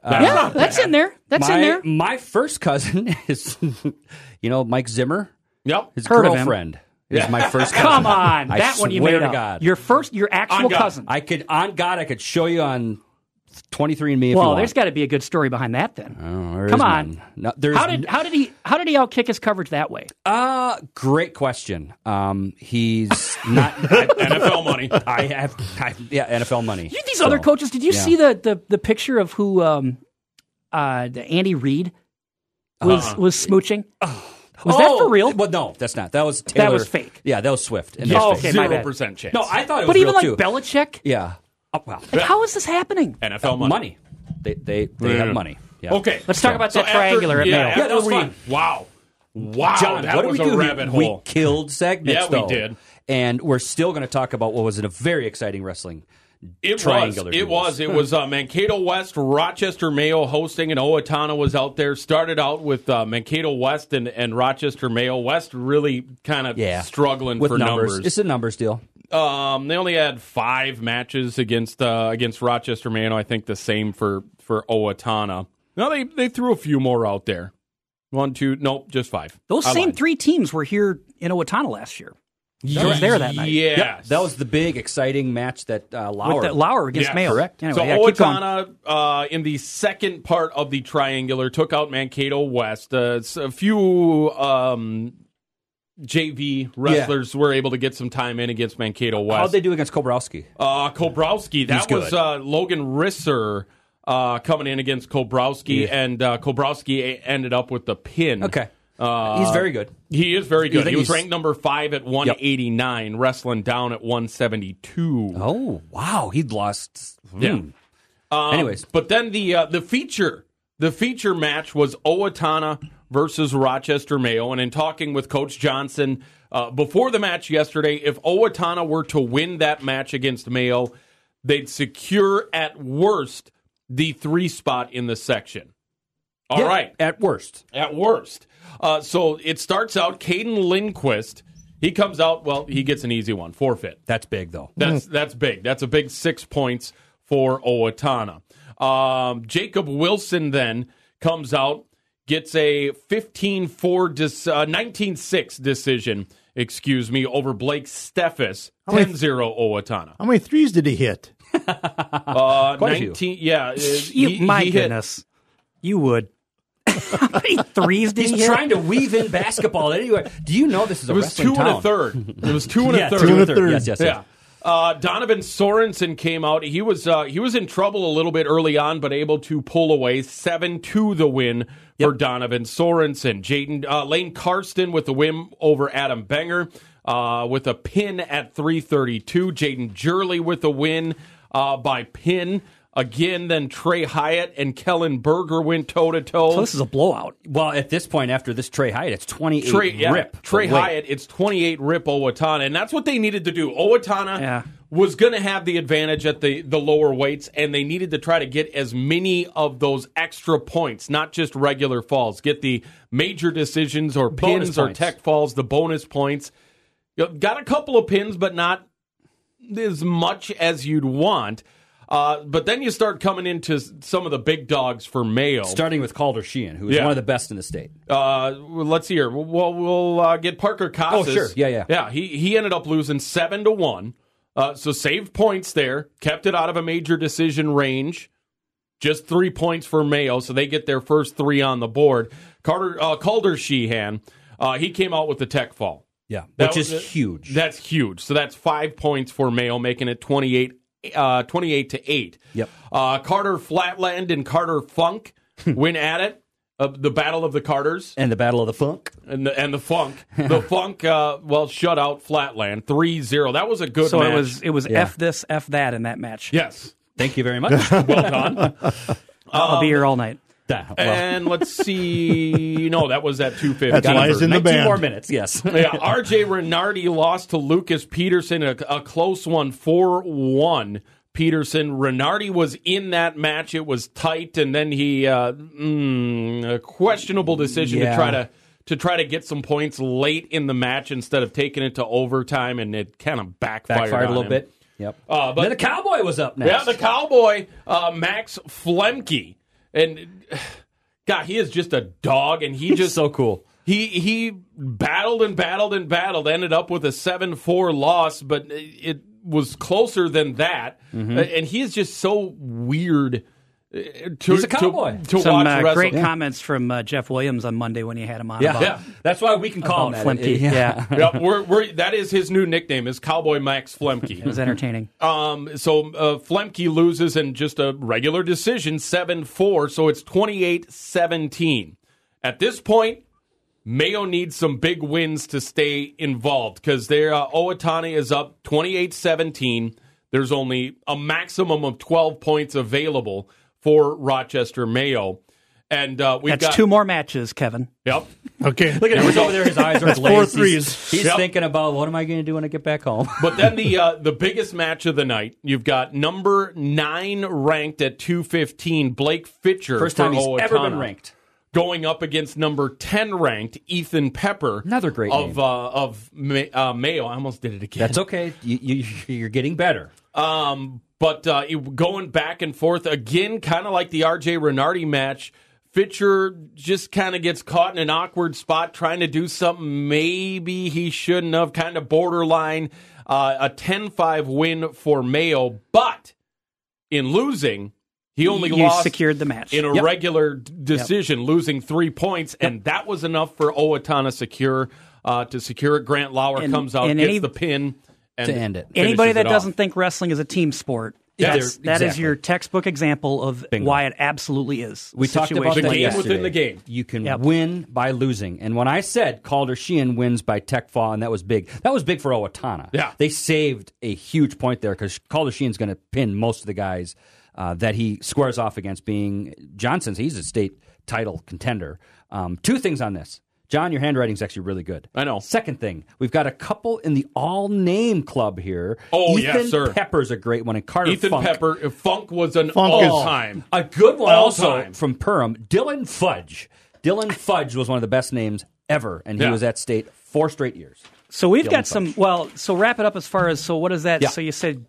Speaker 6: yeah, that's in there. That's
Speaker 4: Uh, my,
Speaker 6: in there.
Speaker 4: My first cousin is, you know, Mike Zimmer.
Speaker 2: Yep,
Speaker 4: his
Speaker 6: Heard of him.
Speaker 4: girlfriend is
Speaker 6: Yeah.
Speaker 4: my first. cousin.
Speaker 6: Come on,
Speaker 4: I
Speaker 6: that one you
Speaker 4: swear
Speaker 6: made
Speaker 4: to
Speaker 6: up.
Speaker 4: God.
Speaker 6: Your first, your actual cousin.
Speaker 4: I could on God, I could show you on twenty three and Me.
Speaker 6: well,
Speaker 4: if you
Speaker 6: there's
Speaker 4: want.
Speaker 6: got to be a good story behind that then.
Speaker 4: Oh, there
Speaker 6: Come
Speaker 4: is
Speaker 6: on.
Speaker 4: none. No, there's
Speaker 6: how did how did he how did he outkick his coverage that way?
Speaker 4: Uh great question. Um, he's not
Speaker 2: NFL money.
Speaker 4: I have, I, yeah, NFL money.
Speaker 6: You- these
Speaker 4: So,
Speaker 6: other coaches. Did you
Speaker 4: yeah.
Speaker 6: see the, the the picture of who um uh the Andy Reid was
Speaker 4: Uh-uh.
Speaker 6: was smooching? Oh. Was that for real?
Speaker 4: Oh, Well, no, that's not. That was Taylor.
Speaker 6: was fake.
Speaker 4: Yeah, that was Swift. And
Speaker 6: Oh,
Speaker 4: that's fake.
Speaker 6: okay, my bad.
Speaker 2: 0% chance.
Speaker 4: No, I thought it was
Speaker 6: but even
Speaker 4: real
Speaker 6: like
Speaker 4: too.
Speaker 6: Belichick,
Speaker 4: yeah. Oh, well,
Speaker 6: like how is this happening?
Speaker 2: NFL money.
Speaker 4: money. They they they
Speaker 2: Yeah.
Speaker 4: have money. Yeah.
Speaker 2: Okay,
Speaker 6: Let's talk
Speaker 4: So-
Speaker 6: about
Speaker 2: So
Speaker 6: that triangular
Speaker 2: after,
Speaker 6: at
Speaker 2: yeah,
Speaker 6: Mayo.
Speaker 2: after
Speaker 4: Yeah, that was
Speaker 2: we-
Speaker 4: fun.
Speaker 2: Wow, wow,
Speaker 4: John,
Speaker 2: that
Speaker 4: what
Speaker 2: was
Speaker 4: did we
Speaker 2: a
Speaker 4: do? here?
Speaker 2: rabbit
Speaker 4: we
Speaker 2: hole.
Speaker 4: killed segments.
Speaker 2: Yeah, we
Speaker 4: though.
Speaker 2: did.
Speaker 4: and we're still going to talk about what was in a very exciting wrestling
Speaker 2: It was.
Speaker 4: triangular.
Speaker 2: It
Speaker 4: duels.
Speaker 2: was. It was uh, Mankato West, Rochester Mayo hosting, and Owatonna was out there. Started out with uh, Mankato West and, and Rochester Mayo. West really kind of
Speaker 4: yeah.
Speaker 2: struggling
Speaker 4: With
Speaker 2: for
Speaker 4: numbers.
Speaker 2: numbers.
Speaker 4: It's a numbers deal.
Speaker 2: Um, they only had five matches against uh, against Rochester Mayo. I think the same for for Owatonna. No, they they threw a few more out there. One, two, nope, just five.
Speaker 6: Those
Speaker 2: I
Speaker 6: same
Speaker 2: lied.
Speaker 6: three teams were here in Owatonna last year. I was there that night.
Speaker 2: Yes.
Speaker 4: Yep, that was the big exciting match that uh, Lauer
Speaker 6: With the Lauer against
Speaker 2: Yes.
Speaker 6: Mayo.
Speaker 4: Correct.
Speaker 6: Anyway,
Speaker 2: so
Speaker 6: yeah, keep going.
Speaker 2: Owatonna, uh, in the second part of the triangular, took out Mankato West. Uh, s- a few um, JV wrestlers were able to get some time in against Mankato West.
Speaker 4: How'd they do against Kobrowski?
Speaker 2: Uh, Kobrowski.
Speaker 4: He's
Speaker 2: That
Speaker 4: good.
Speaker 2: was uh, Logan Risser uh, coming in against Kobrowski, and uh, Kobrowski a- ended up with the pin.
Speaker 4: Okay.
Speaker 2: Uh,
Speaker 4: He's very good.
Speaker 2: He is very
Speaker 4: I
Speaker 2: good.
Speaker 4: think
Speaker 2: He was
Speaker 4: he's-
Speaker 2: ranked number five at 189, wrestling down at 172.
Speaker 4: Oh, wow. He'd lost.
Speaker 2: Yeah.
Speaker 4: Hmm.
Speaker 2: Um,
Speaker 4: Anyways.
Speaker 2: but then the uh, the feature the feature match was Owatonna versus Rochester Mayo, and in talking with Coach Johnson uh, before the match yesterday, if Owatonna were to win that match against Mayo, they'd secure at worst the three spot in the section. All right,
Speaker 4: Yeah, At worst.
Speaker 2: at worst. Uh, so it starts out Caden Lindquist. He comes out. Well, he gets an easy one, forfeit.
Speaker 4: That's big, though.
Speaker 2: That's that's big. That's a big six points for Owatonna. Um, Jacob Wilson then comes out, gets a 15-4, dis, uh, 19-6 decision, excuse me, over Blake Steffes, 10-0 Owatonna.
Speaker 5: How many threes did he hit?
Speaker 2: Uh,
Speaker 6: Quite a few.
Speaker 2: 19, yeah. uh,
Speaker 6: You,
Speaker 2: he-
Speaker 6: my
Speaker 2: he hit-
Speaker 6: goodness, you would. How many threes did
Speaker 4: He's
Speaker 6: he hit?
Speaker 4: trying to weave in basketball anyway. Do you know this is
Speaker 2: It
Speaker 4: a
Speaker 2: was
Speaker 4: wrestling
Speaker 2: two and a
Speaker 4: town?
Speaker 2: third. It was two and
Speaker 4: Yeah,
Speaker 2: a third.
Speaker 4: two and a third. Yes, yes, yes.
Speaker 2: Yeah. Uh, Donovan Sorensen came out. He was uh, he was in trouble a little bit early on, but able to pull away seven to the win for Donovan Sorensen. Jaden uh, Lane Karsten with the win over Adam Benger uh, with a pin at three thirty two. Jaden Jurley with a win uh, by pin again. Then Trey Hyatt and Kellen Berger went toe to toe.
Speaker 4: So this is a blowout. Well, at this point, after this Trey Hyatt, it's twenty eight
Speaker 2: Trey, yeah,
Speaker 4: rip.
Speaker 2: Trey
Speaker 4: But wait.
Speaker 2: Hyatt, it's 28 rip Owatonna, and that's what they needed to do. Owatonna was going to have the advantage at the, the lower weights, and they needed to try to get as many of those extra points, not just regular falls. Get the major decisions or
Speaker 4: Bonus
Speaker 2: pins or
Speaker 4: points.
Speaker 2: tech falls, the bonus points. You know, Got a couple of pins, but not as much as you'd want. Uh, but then you start coming into s- some of the big dogs for Mayo.
Speaker 4: starting with Calder Sheehan, who is
Speaker 2: Yeah.
Speaker 4: one of the best in the state.
Speaker 2: Uh, well, let's see here. Well, we'll uh, get Parker Casas.
Speaker 4: Oh, sure. Yeah, yeah.
Speaker 2: yeah. He he ended up losing seven to one. Uh, so saved points there, kept it out of a major decision range. Just three points for Mayo, so they get their first three on the board. Carter uh, Calder Sheehan, uh, he came out with the tech fall.
Speaker 4: Yeah,
Speaker 2: That
Speaker 4: which is
Speaker 2: was- uh,
Speaker 4: huge.
Speaker 2: That's huge. So that's five points for Mayo, making it 28, uh, 28 to 8.
Speaker 4: Yep.
Speaker 2: Uh, Carter Flatland and Carter Funk win at it. Uh, the Battle of the Carters
Speaker 4: And the Battle of the Funk.
Speaker 2: and the, and the Funk. The Funk, uh, well, shut out Flatland 3 0. That was a good
Speaker 6: so
Speaker 2: match.
Speaker 6: it was it was
Speaker 2: Yeah.
Speaker 6: f this f that in that match.
Speaker 2: Yes,
Speaker 4: Thank you very much. well
Speaker 2: done.
Speaker 6: I'll be here all night.
Speaker 2: And let's see. No, that was at 250.
Speaker 5: That's why he's in the 19 band. more
Speaker 4: minutes, yes.
Speaker 2: yeah, RJ Renardi lost to Lucas Peterson, a, a close one, 4 1. Peterson. Renardi was in that match. It was tight, and then he, uh, mm, a questionable decision to
Speaker 4: Yeah.
Speaker 2: try to. To try to get some points late in the match instead of taking it to overtime, and it kind of backfired,
Speaker 4: Backfired
Speaker 2: on
Speaker 4: a little
Speaker 2: him.
Speaker 4: bit. Yep.
Speaker 2: Uh, but
Speaker 4: then the Cowboy was up next.
Speaker 2: Yeah, the cowboy, uh, Max Flemke, and God, he is just a dog, and he just
Speaker 4: so cool.
Speaker 2: He he battled and battled and battled, ended up with a seven four loss, but it was closer than that.
Speaker 4: Mm-hmm.
Speaker 2: Uh, And he is just so weird. uh, To,
Speaker 4: He's a cowboy.
Speaker 2: To, to
Speaker 6: Some
Speaker 2: watch
Speaker 6: uh,
Speaker 2: wrestle.
Speaker 6: great comments from uh, Jeff Williams on Monday when he had him on.
Speaker 4: Yeah.
Speaker 6: about,
Speaker 4: Yeah. That's why we can call
Speaker 6: about
Speaker 4: him that.
Speaker 6: Flemke.
Speaker 4: Yeah.
Speaker 6: Yeah,
Speaker 2: yeah, we're, we're, that is his new nickname is Cowboy Max Flemke.
Speaker 6: it was entertaining.
Speaker 2: Um, so uh, Flemke loses in just a regular decision, 7 4. So it's 28 17. At this point, Mayo needs some big wins to stay involved because their uh, Owatonna is up 28 17. There's only a maximum of 12 points available for Rochester Mayo. And uh, we've
Speaker 6: That's
Speaker 2: got
Speaker 6: two more matches, Kevin.
Speaker 2: Yep.
Speaker 5: Okay.
Speaker 4: Look at him. He's over there. His eyes are
Speaker 5: That's
Speaker 4: glazed.
Speaker 5: four
Speaker 4: He's-
Speaker 5: threes.
Speaker 4: He's,
Speaker 2: Yep.
Speaker 4: thinking about what am I going to do when I get back home.
Speaker 2: But then the uh, the biggest match of the night, you've got number nine ranked at two fifteen, Blake Fitcher.
Speaker 4: First time
Speaker 2: for
Speaker 4: he's ever been
Speaker 2: Owatonna,
Speaker 4: ranked.
Speaker 2: Going up against number ten ranked Ethan Pepper.
Speaker 4: Another great
Speaker 2: of
Speaker 4: name.
Speaker 2: Uh, of Ma- uh, Mayo. I almost did it again.
Speaker 4: That's okay. You, you, you're getting better.
Speaker 2: Um, but uh, it- going back and forth again, kind of like the RJ Renardi match. Fitcher just kind of gets caught in an awkward spot trying to do something maybe he shouldn't have, kind of borderline. Uh, a 10 5 win for Mayo, but in losing, he only
Speaker 6: you
Speaker 2: lost
Speaker 6: secured the match.
Speaker 2: in a
Speaker 6: Yep.
Speaker 2: regular d- decision, losing three points, and that was enough for Owatonna secure uh, to secure it. Grant Lauer
Speaker 6: And-
Speaker 2: comes out,
Speaker 6: and
Speaker 2: gets
Speaker 6: any-
Speaker 2: the pin, and
Speaker 4: To end it.
Speaker 2: finishes
Speaker 6: Anybody that
Speaker 2: it off.
Speaker 6: doesn't think wrestling is a team sport,
Speaker 4: Yeah,
Speaker 6: that's,
Speaker 4: they're-
Speaker 6: that is
Speaker 4: exactly.
Speaker 6: your textbook example of why it absolutely is.
Speaker 4: We talked about
Speaker 2: The
Speaker 4: that
Speaker 2: game
Speaker 4: yesterday.
Speaker 2: within the game.
Speaker 4: You can
Speaker 6: Yep.
Speaker 4: win by losing. And when I said Calder Sheehan wins by tech fall, and that was big. That was big for Owatonna.
Speaker 2: Yeah.
Speaker 4: they saved a huge point there because Calder Sheehan's going to pin most of the guys uh, that he squares off against. Being Johnson's, he's a state title contender. Um, two things on this. John, your handwriting's actually really good.
Speaker 2: I know.
Speaker 4: Second thing, we've got a couple in the all name club here.
Speaker 2: Oh,
Speaker 4: Ethan
Speaker 2: yes, sir.
Speaker 4: Pepper's a great one, and Carter
Speaker 2: Ethan
Speaker 4: Funk.
Speaker 2: Pepper. uh, Funk was an
Speaker 5: Funk is-
Speaker 4: Oh.
Speaker 2: all time.
Speaker 4: A good one
Speaker 2: All
Speaker 4: also
Speaker 2: time.
Speaker 4: from Perham, Dylan Fudge. Dylan Fudge was one of the best names ever, and he
Speaker 2: Yeah.
Speaker 4: was at state four straight years.
Speaker 6: So we've
Speaker 4: Dylan
Speaker 6: got some. Well, so wrap it up as far as so what is that?
Speaker 4: Yeah.
Speaker 6: So you said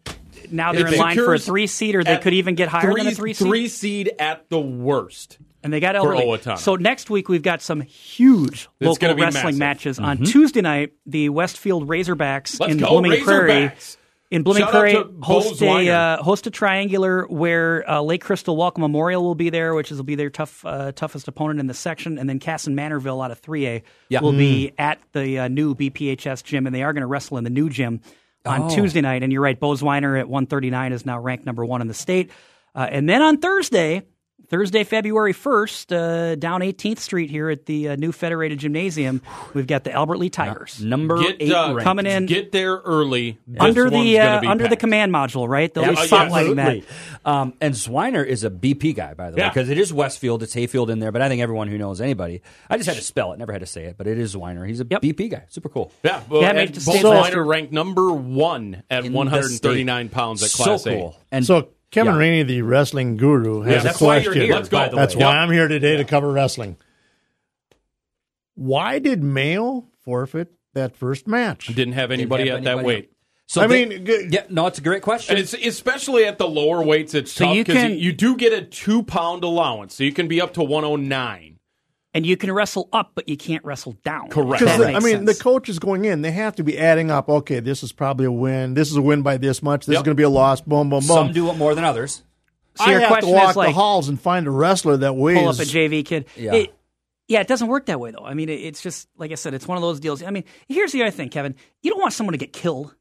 Speaker 6: now they're
Speaker 2: It
Speaker 6: in line for a
Speaker 2: secures
Speaker 6: three seed, or they
Speaker 2: at
Speaker 6: could even get higher than a three seed.
Speaker 2: Three seed at the worst.
Speaker 6: and they got
Speaker 2: for
Speaker 6: elderly.
Speaker 2: Owatonna.
Speaker 6: So next week we've got some huge
Speaker 2: gonna
Speaker 6: local
Speaker 2: be
Speaker 6: wrestling
Speaker 2: massive. Mm-hmm.
Speaker 6: matches on Tuesday night. The Westfield Razorbacks
Speaker 2: Let's
Speaker 6: in
Speaker 2: go
Speaker 6: Blooming Prairie
Speaker 2: Razorbacks.
Speaker 6: in
Speaker 2: Shout out
Speaker 6: Bloomingcurry,
Speaker 2: to
Speaker 6: host
Speaker 2: Bo's
Speaker 6: a
Speaker 2: Winery.
Speaker 6: uh, host a triangular where uh, Lake Crystal Welcome Memorial will be there, which is will be their tough uh, toughest opponent in the section, and then Cass and Manorville out of three A
Speaker 4: Yeah.
Speaker 6: will be
Speaker 4: Mm.
Speaker 6: at the uh, new BPHS gym, and they are going to wrestle in the new gym on
Speaker 4: Oh.
Speaker 6: Tuesday night. And you're right, Bo's Weiner at 139 is now ranked number one in the state, uh, and then on Thursday. Thursday, February 1st, uh, down 18th Street here at the uh, new Federated Gymnasium, we've got the Albert Lee Tigers.
Speaker 4: Number
Speaker 2: Get, uh,
Speaker 6: coming in
Speaker 2: Get there early. This
Speaker 6: under
Speaker 2: one's
Speaker 6: the uh,
Speaker 2: gonna be
Speaker 6: under the
Speaker 2: packed. oh,
Speaker 6: command module, right? They'll be spotlighting
Speaker 4: Absolutely.
Speaker 6: that.
Speaker 4: Um, and Zwiner is a BP guy, by the way,
Speaker 6: Yeah.
Speaker 4: because it is Westfield, it's Hayfield in there, but I think everyone who knows anybody, I just had to spell it, never had to say it, but it is Zwiner. He's a BP guy. Super cool.
Speaker 2: Yeah, well,
Speaker 4: Yeah, I mean,
Speaker 2: and
Speaker 4: just
Speaker 2: Bo
Speaker 4: stay last
Speaker 2: Snyder ranked number one at
Speaker 4: In the
Speaker 2: 139
Speaker 4: state.
Speaker 2: pouney at
Speaker 4: So
Speaker 2: Class A.
Speaker 4: cool.
Speaker 5: so Kevin Rainey, the wrestling guru, has
Speaker 2: Yeah,
Speaker 5: a
Speaker 2: that's why
Speaker 5: question.
Speaker 2: you're here, Let's go. by the
Speaker 5: That's
Speaker 2: way.
Speaker 5: why
Speaker 2: Yep.
Speaker 5: I'm here today to cover wrestling. Why did Mayo forfeit that first match?
Speaker 2: Didn't have anybody
Speaker 5: have
Speaker 2: at that
Speaker 5: anybody.
Speaker 2: weight.
Speaker 5: So I they- mean,
Speaker 4: yeah, no, it's a great question.
Speaker 2: And it's especially at the lower weights, it's tough
Speaker 6: you
Speaker 2: 'cause you,
Speaker 6: can-
Speaker 2: you do get a two pound allowance, so you can be up to 109.
Speaker 6: And you can wrestle up, but you can't wrestle down.
Speaker 2: Correct.
Speaker 5: Because
Speaker 6: That
Speaker 5: the- I
Speaker 6: makes
Speaker 5: mean,
Speaker 6: sense.
Speaker 5: the coach is going in. They have to be adding up. Okay, this is probably a win. This is a win by this much. This is
Speaker 4: Yep.
Speaker 5: going to be a loss. Boom, boom, boom.
Speaker 2: um,
Speaker 4: Some do it more than others.
Speaker 6: So
Speaker 5: I
Speaker 6: your
Speaker 5: have to
Speaker 6: question
Speaker 5: walk
Speaker 6: is like
Speaker 5: the halls and find a wrestler that weighs.
Speaker 6: pull up a JV kid.
Speaker 5: Yeah.
Speaker 6: It, yeah, it doesn't work that way though. I mean, it, it's just like I said, it's one of those deals. I mean, here's the other thing, Kevin. You don't want someone to get killed.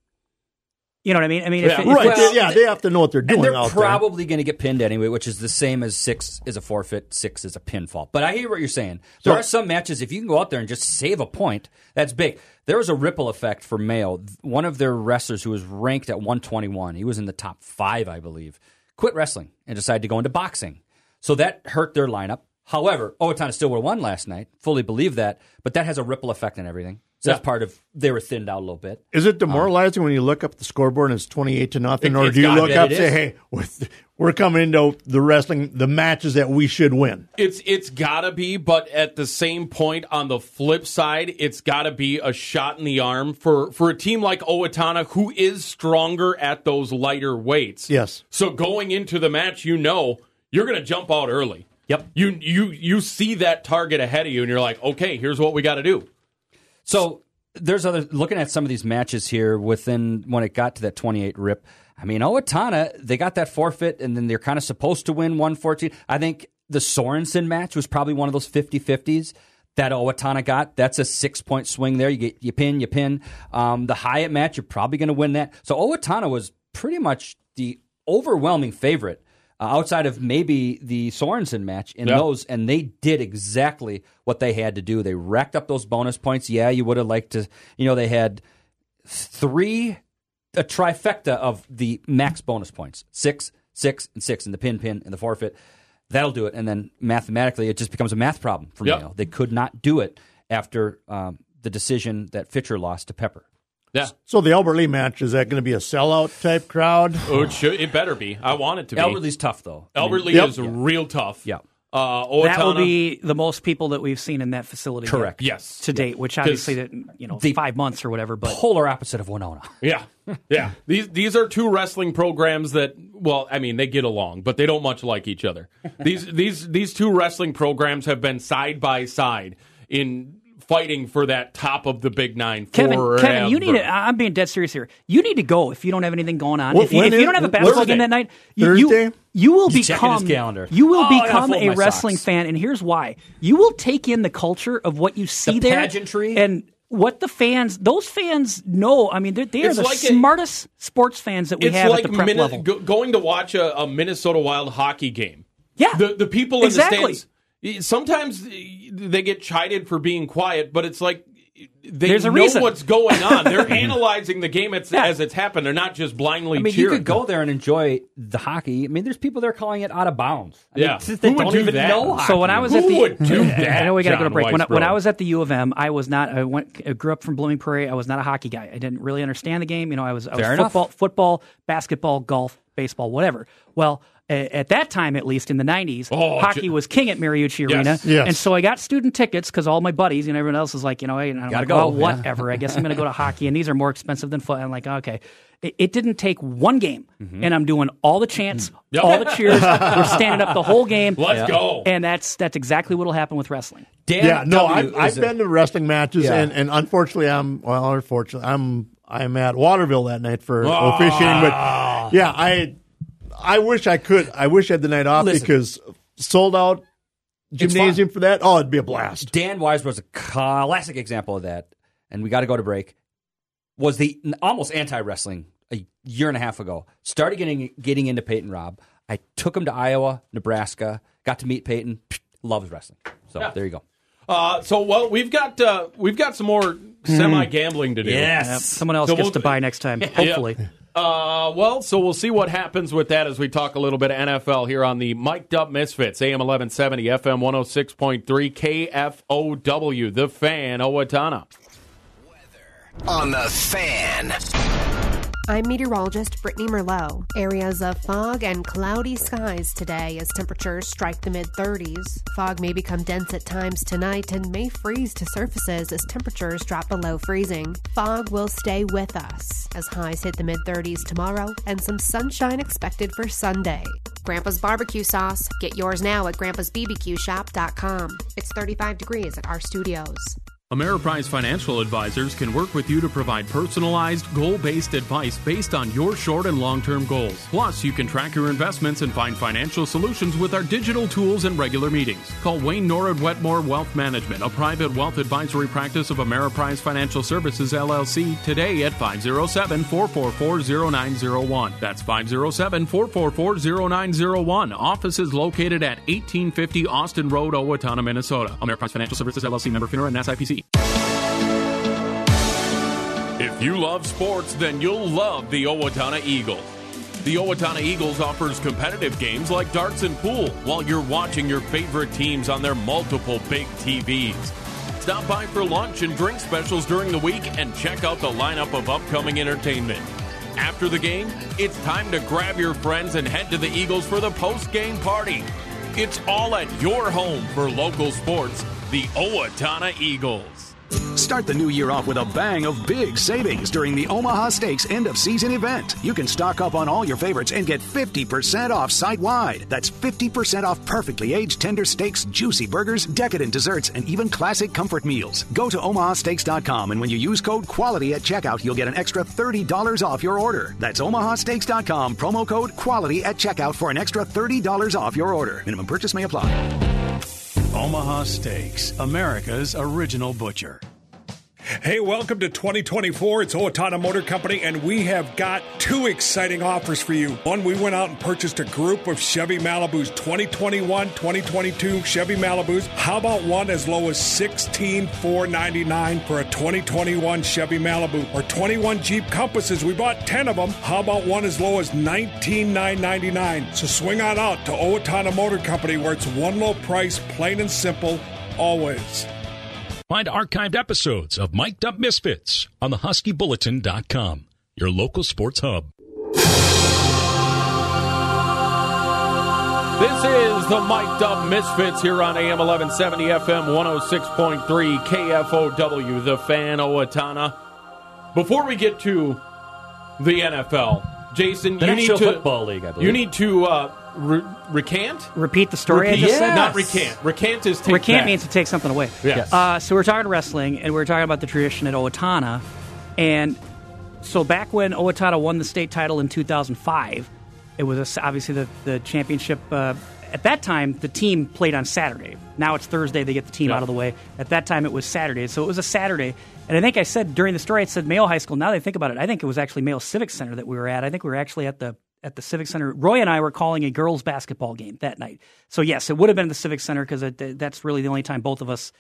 Speaker 6: You know what I mean? I mean, if,
Speaker 4: Yeah.
Speaker 6: if
Speaker 5: right?
Speaker 6: it's-
Speaker 5: they- yeah, they have to know what they're doing.
Speaker 4: And they're
Speaker 5: out
Speaker 4: probably going to get pinned anyway, which is the same as six is a forfeit, six is a pinfall. But I hear what you're saying. There
Speaker 5: So-
Speaker 4: are some matches, if you can go out there and just save a point, that's big. There was a ripple effect for Mayo. One of their wrestlers who was ranked at 121, he was in the top five, I believe, quit wrestling and decided to go into boxing. So that hurt their lineup. However, Owatonna still would have won last night. Fully believe that. But that has a ripple effect on everything. So that's
Speaker 5: Yeah.
Speaker 4: part of they were thinned out a little bit.
Speaker 5: there. Is it demoralizing when you look up the scoreboard and it's twenty-eight to nothing,
Speaker 4: Um, It-
Speaker 5: or
Speaker 4: it's
Speaker 5: do you
Speaker 4: gotta
Speaker 5: look
Speaker 4: be.
Speaker 5: up
Speaker 4: It
Speaker 5: and say,
Speaker 4: is.
Speaker 5: "Hey, we're, we're coming into the wrestling, the matches that we should win"?
Speaker 2: It's it's gotta be, but at the same point, on the flip side, it's gotta be a shot in the arm for for a team like Owatonna, who is stronger at those lighter weights.
Speaker 5: Yes.
Speaker 2: So going into the match, you know you're gonna jump out early.
Speaker 4: Yep.
Speaker 2: You you you see that target ahead of you, and you're like, okay, here's what we got to do.
Speaker 4: So there's other looking at some of these matches here within when it got to that 28 rip. I mean, Owatonna, they got that forfeit and then they're kind of supposed to win 114. I think the Sorensen match was probably one of those 50 50s that Owatonna got. That's a six point swing there. You get you pin, you pin. Um, the Hyatt match, you're probably going to win that. So Owatonna was pretty much the overwhelming favorite uh, outside of maybe the Sorensen match in
Speaker 2: Yeah.
Speaker 4: those, and they did exactly what they had to do. They racked up those bonus points. Yeah, you would have liked to, you know, they had three, a trifecta of the max bonus points six, six, and six, and the pin, pin, and the forfeit. That'll do it. And then mathematically, it just becomes a math problem for
Speaker 2: Yep.
Speaker 4: Mayo. They could not do it after um, the decision that Fitcher lost to Pepper.
Speaker 2: Yeah.
Speaker 5: So the Albert Lee match is that going to be a sellout type crowd?
Speaker 2: Oh, it, should, it better be. I want it to be.
Speaker 4: Albert Lee's tough, though. I
Speaker 2: Albert
Speaker 4: mean-
Speaker 2: Lee
Speaker 4: Yep.
Speaker 2: is real tough.
Speaker 4: Yeah.
Speaker 2: Uh,
Speaker 6: that will
Speaker 2: Owatonna-
Speaker 6: be the most people that we've seen in that facility.
Speaker 4: Correct.
Speaker 2: Yes.
Speaker 6: To date, which
Speaker 2: 'Cause
Speaker 6: obviously, didn't, you know,
Speaker 2: the-
Speaker 6: five months or whatever. But
Speaker 4: polar opposite of Winona.
Speaker 2: Yeah. Yeah. these these are two wrestling programs that well, I mean, they get along, but they don't much like each other. These these these two wrestling programs have been side by side in fighting for that top of the big 9
Speaker 6: Kevin,
Speaker 2: forever.
Speaker 6: Kevin, you need to. I- I'm being dead serious here. You need to go if you don't have anything going on.
Speaker 2: What-
Speaker 6: if you,
Speaker 2: when
Speaker 6: if you
Speaker 2: is-
Speaker 6: don't have a
Speaker 2: Thursday.
Speaker 6: basketball game that night, you, you,
Speaker 2: Thursday?
Speaker 6: you will
Speaker 4: He's checking his
Speaker 6: become
Speaker 4: calendar.
Speaker 6: you will
Speaker 4: Oh, I gotta
Speaker 6: become
Speaker 4: fold
Speaker 6: a
Speaker 4: my
Speaker 6: wrestling
Speaker 4: socks.
Speaker 6: fan, and here's why: you will take in the culture of what you see there,
Speaker 4: pageantry.
Speaker 6: and what the fans. Those fans know. I mean, they're, they are
Speaker 2: It's
Speaker 6: the
Speaker 2: like a-
Speaker 6: smartest sports fans that we
Speaker 2: it's
Speaker 6: have
Speaker 2: like
Speaker 6: at the prep
Speaker 2: Minne-
Speaker 6: level.
Speaker 2: go- going to watch a, a Minnesota Wild hockey game.
Speaker 6: Yeah,
Speaker 2: the the people in
Speaker 6: Exactly.
Speaker 2: the stands. Sometimes they get chided for being quiet, but it's like they
Speaker 6: There's a
Speaker 2: know
Speaker 6: reason.
Speaker 2: what's going on. They're analyzing the game as, as it's happened. They're not just blindly
Speaker 4: I mean,
Speaker 2: cheering.
Speaker 4: you could go there and enjoy the hockey. I mean, there's people there calling it out of bounds. I
Speaker 2: Yeah.
Speaker 4: mean, since they
Speaker 2: Who would
Speaker 4: don't
Speaker 2: do
Speaker 4: even
Speaker 2: that?
Speaker 4: know.
Speaker 6: So
Speaker 4: hockey.
Speaker 6: when I was at
Speaker 4: Who
Speaker 6: the
Speaker 4: would do
Speaker 6: I know we got to go to
Speaker 2: John
Speaker 6: break. When I, when
Speaker 2: Weisbrod?
Speaker 6: I was at the U of M, I was not. I went. I grew up from Blooming Prairie. I was not a hockey guy. I didn't really understand the game. You know, I was, I was
Speaker 4: Fair enough.
Speaker 6: football, football, basketball, golf, baseball, whatever. Well. a- At that time, at least in the '90s,
Speaker 2: Oh,
Speaker 6: hockey
Speaker 2: ju-
Speaker 6: was king at Mariucci
Speaker 2: Yes.
Speaker 6: Arena,
Speaker 2: Yes.
Speaker 6: and so I got student tickets because all my buddies, you know, everyone else is like, you know, hey, and I'm
Speaker 4: Gotta
Speaker 6: like,
Speaker 4: go,
Speaker 6: well,
Speaker 4: yeah.
Speaker 6: whatever. I guess I'm going to go to hockey, and these are more expensive than foot. I'm like, okay. It, it didn't take one game,
Speaker 4: Mm-hmm.
Speaker 6: and I'm doing all the chants,
Speaker 2: Yep.
Speaker 6: all the cheers. We're standing up the whole game.
Speaker 2: Let's Yeah. go.
Speaker 6: And that's that's exactly what'll happen with wrestling.
Speaker 4: Dan
Speaker 5: yeah, no,
Speaker 4: W
Speaker 5: I've, I've
Speaker 4: is a-
Speaker 5: been to wrestling matches,
Speaker 4: Yeah.
Speaker 5: and, and unfortunately, I'm well, unfortunately, I'm I'm at Waterville that night for
Speaker 4: Ah.
Speaker 5: officiating, but yeah, I I wish I could. I wish I had the night off
Speaker 4: Listen.
Speaker 5: because sold out gymnasium for that. Oh, it'd be a blast.
Speaker 4: Dan Wise was a classic example of that, and we got to go to break. Was the almost anti wrestling a year and a half ago? Started getting getting into Peyton Rob. I took him to Iowa, Nebraska. Got to meet Peyton. Loves wrestling. So
Speaker 2: Yeah.
Speaker 4: there you go.
Speaker 2: Uh, so well, we've got uh, we've got some more
Speaker 4: Mm-hmm.
Speaker 2: semi gambling to do.
Speaker 6: Yep, Someone else
Speaker 2: So
Speaker 6: gets
Speaker 2: we'll-
Speaker 6: to buy next time, hopefully.
Speaker 2: Uh, well, so we'll see what happens with that as we talk a little bit of NFL here on the Mic'd Up Misfits, AM 1170, FM 106.3, KFOW, The Fan, Owatonna.
Speaker 7: On the fan.
Speaker 8: I'm meteorologist Brittany Merlot. Areas of fog and cloudy skies today as temperatures strike the mid 30s. Fog may become dense at times tonight and may freeze to surfaces as temperatures drop below freezing. Fog will stay with us as highs hit the mid 30s tomorrow and some sunshine expected for Sunday. Grandpa's barbecue sauce. Get yours now at grandpa'sbbqshop.com. It's 35 degrees at our studios.
Speaker 2: Ameriprise Financial Advisors can work with you to provide personalized, goal based advice based on your short and long term goals. Plus, you can track your investments and find financial solutions with our digital tools and regular meetings. Call Wayne Norwood Wetmore Wealth Management, a private wealth advisory practice of Ameriprise Financial Services LLC, today at 507 444 0901. That's 507 444 0901. Office is located at 1850 Austin Road, Owatonna, Minnesota. Ameriprise Financial Services LLC member FINRA and SIPC. If you love sports, then you'll love the Owatonna Eagle. The Owatonna Eagles offers competitive games like darts and pool while you're watching your favorite teams on their multiple big TVs. Stop by for lunch and drink specials during the week and check out the lineup of upcoming entertainment. After the game, it's time to grab your friends and head to the Eagles for the post game party. It's all at your home for local sports, the Owatonna Eagles.
Speaker 10: Start the new year off with a bang of big savings during the Omaha Steaks end of season event. You can stock up on all your favorites and get 50% off site wide. That's 50% off perfectly aged tender steaks, juicy burgers, decadent desserts, and even classic comfort meals. Go to omahasteaks.com and when you use code QUALITY at checkout, you'll get an extra $30 off your order. That's omahasteaks.com, promo code QUALITY at checkout for an extra $30 off your order. Minimum purchase may apply.
Speaker 9: Omaha Steaks, America's original butcher. Hey, welcome to 2024. It's Owatonna Motor Company, and we have got two exciting offers for you. One, we went out and purchased a group of Chevy Malibu's 2021 2022 Chevy Malibu's. How about one as low as $16,499 for a 2021 Chevy Malibu or 21 Jeep Compasses? We bought 10 of them. How about one as low as $19,999? So swing on out to Owatonna Motor Company, where it's one low price, plain and simple, always.
Speaker 11: Find archived episodes of Mic'd Up Misfits on the HuskyBulletin.com, your local sports hub.
Speaker 2: This is the Mic'd Up Misfits here on AM 1170, FM 106.3, KFOW, the fan Owatonna. Before we get to the NFL, Jason,
Speaker 4: The
Speaker 2: you need
Speaker 4: National
Speaker 2: to.
Speaker 4: Football League, I believe.
Speaker 2: You need to uh, re- recant?
Speaker 6: Repeat the story I
Speaker 2: Repeat?
Speaker 6: just said?
Speaker 2: Not recant. Recant is take
Speaker 6: Recant
Speaker 2: back.
Speaker 6: means to take something away.
Speaker 2: Yes.
Speaker 6: Uh, so we're talking wrestling, and we're talking about the tradition at Owatonna. And so back when Owatonna won the state title in 2005, it was a s- obviously the, the championship. Uh, at that time, the team played on Saturday. Now it's Thursday. They get the team
Speaker 12: Yeah.
Speaker 6: out of the way. At that time, it was Saturday. So it was a Saturday. And I think I said during the story, I said Mayo High School. Now that I think about it, I think it was actually Mayo Civic Center that we were at. I think we were actually at the at the Civic Center. Roy and I were calling a girls' basketball game that night. So yes, it would have been the Civic Center because that's really the only time both of us,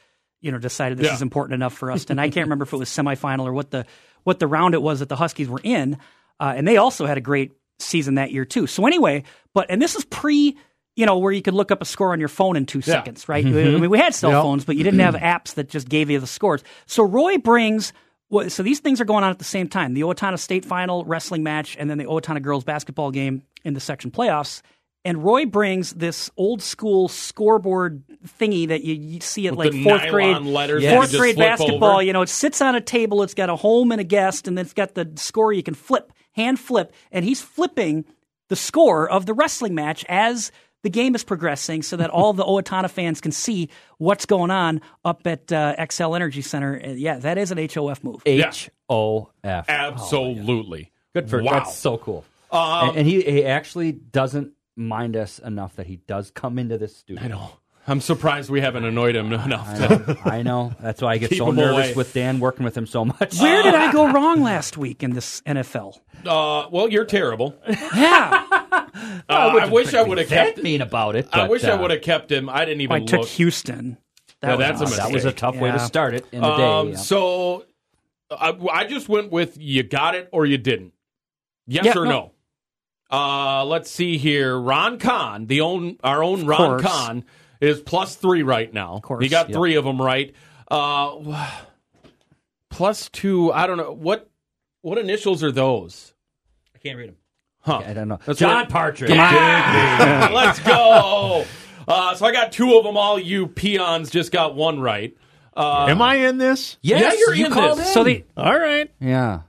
Speaker 6: you know, decided this
Speaker 12: Yeah.
Speaker 6: is important enough for us. And I can't remember if it was semifinal or what the what the round it was that the Huskies were in. Uh, and they also had a great season that year too. So anyway, but and this is pre, you know, where you could look up a score on your phone in two
Speaker 12: Yeah.
Speaker 6: seconds, right?
Speaker 12: Mhm.
Speaker 6: I mean, we had cell
Speaker 12: Yep. Mm-hmm.
Speaker 6: phones, but you didn't have apps that just gave you the scores. So Roy brings. well, So these things are going on at the same time: the Owatonna State Final wrestling match, and then the Owatonna girls basketball game in the section playoffs. And Roy brings this old school scoreboard thingy that you, you see at
Speaker 2: With
Speaker 6: like
Speaker 2: the
Speaker 6: fourth
Speaker 2: nylon
Speaker 6: grade,
Speaker 2: letters that you
Speaker 6: fourth
Speaker 2: just
Speaker 6: grade
Speaker 2: flip
Speaker 6: basketball.
Speaker 2: over.
Speaker 6: You know, it sits on a table. It's got a home and a guest, and then it's got the score you can flip, hand flip, and he's flipping the score of the wrestling match as the game is progressing, so that all the Owatonna fans can see what's going on up at uh, XL Energy Center. Uh, yeah, that is an HOF move.
Speaker 4: H O F.
Speaker 2: Absolutely.
Speaker 4: Good for
Speaker 2: wow.
Speaker 4: That's so cool.
Speaker 2: Um,
Speaker 4: and, and he, he actually doesn't mind us enough that he does come into this studio. I
Speaker 2: know. I'm surprised we haven't annoyed him enough.
Speaker 4: I know. I know. That's why I get
Speaker 2: Keep
Speaker 4: so
Speaker 2: him
Speaker 4: nervous
Speaker 2: away.
Speaker 4: with Dan working with him so much. Uh,
Speaker 6: Where did I go wrong last week in this NFL?
Speaker 2: Uh, well, you're terrible.
Speaker 6: Yeah.
Speaker 2: Uh, I, wish I would have
Speaker 6: that
Speaker 2: kept
Speaker 4: mean about it.
Speaker 2: I
Speaker 6: but,
Speaker 2: wish I
Speaker 6: uh,
Speaker 2: would have kept him. I didn't even.
Speaker 6: I took
Speaker 2: look.
Speaker 6: Houston.
Speaker 2: Yeah, that's a mistake.
Speaker 4: That was a tough way
Speaker 2: Yeah.
Speaker 4: to start it in the day.
Speaker 2: Um,
Speaker 4: yeah.
Speaker 2: So I, I just went with you got it or you didn't. Yes
Speaker 4: Yeah,
Speaker 2: or no.
Speaker 4: no.
Speaker 2: Uh, let's see here. Ron Kahn, the own our own Ron
Speaker 4: course.
Speaker 2: Kahn, is plus three right now. Of
Speaker 4: course,
Speaker 2: he got
Speaker 4: yep.
Speaker 2: three of them right. Uh, plus two. I don't know what what initials are those.
Speaker 4: I can't read him.
Speaker 2: Huh.
Speaker 4: I don't know.
Speaker 2: That's
Speaker 4: John
Speaker 2: what-
Speaker 4: Partridge.
Speaker 2: Yeah.
Speaker 4: Come on.
Speaker 2: Let's go. Uh, so I got two of them. All you peons just got one right. Uh,
Speaker 5: Am I in this?
Speaker 2: Yes, Yeah, you're you in called this. in.
Speaker 6: So the
Speaker 5: all right.
Speaker 4: Yeah.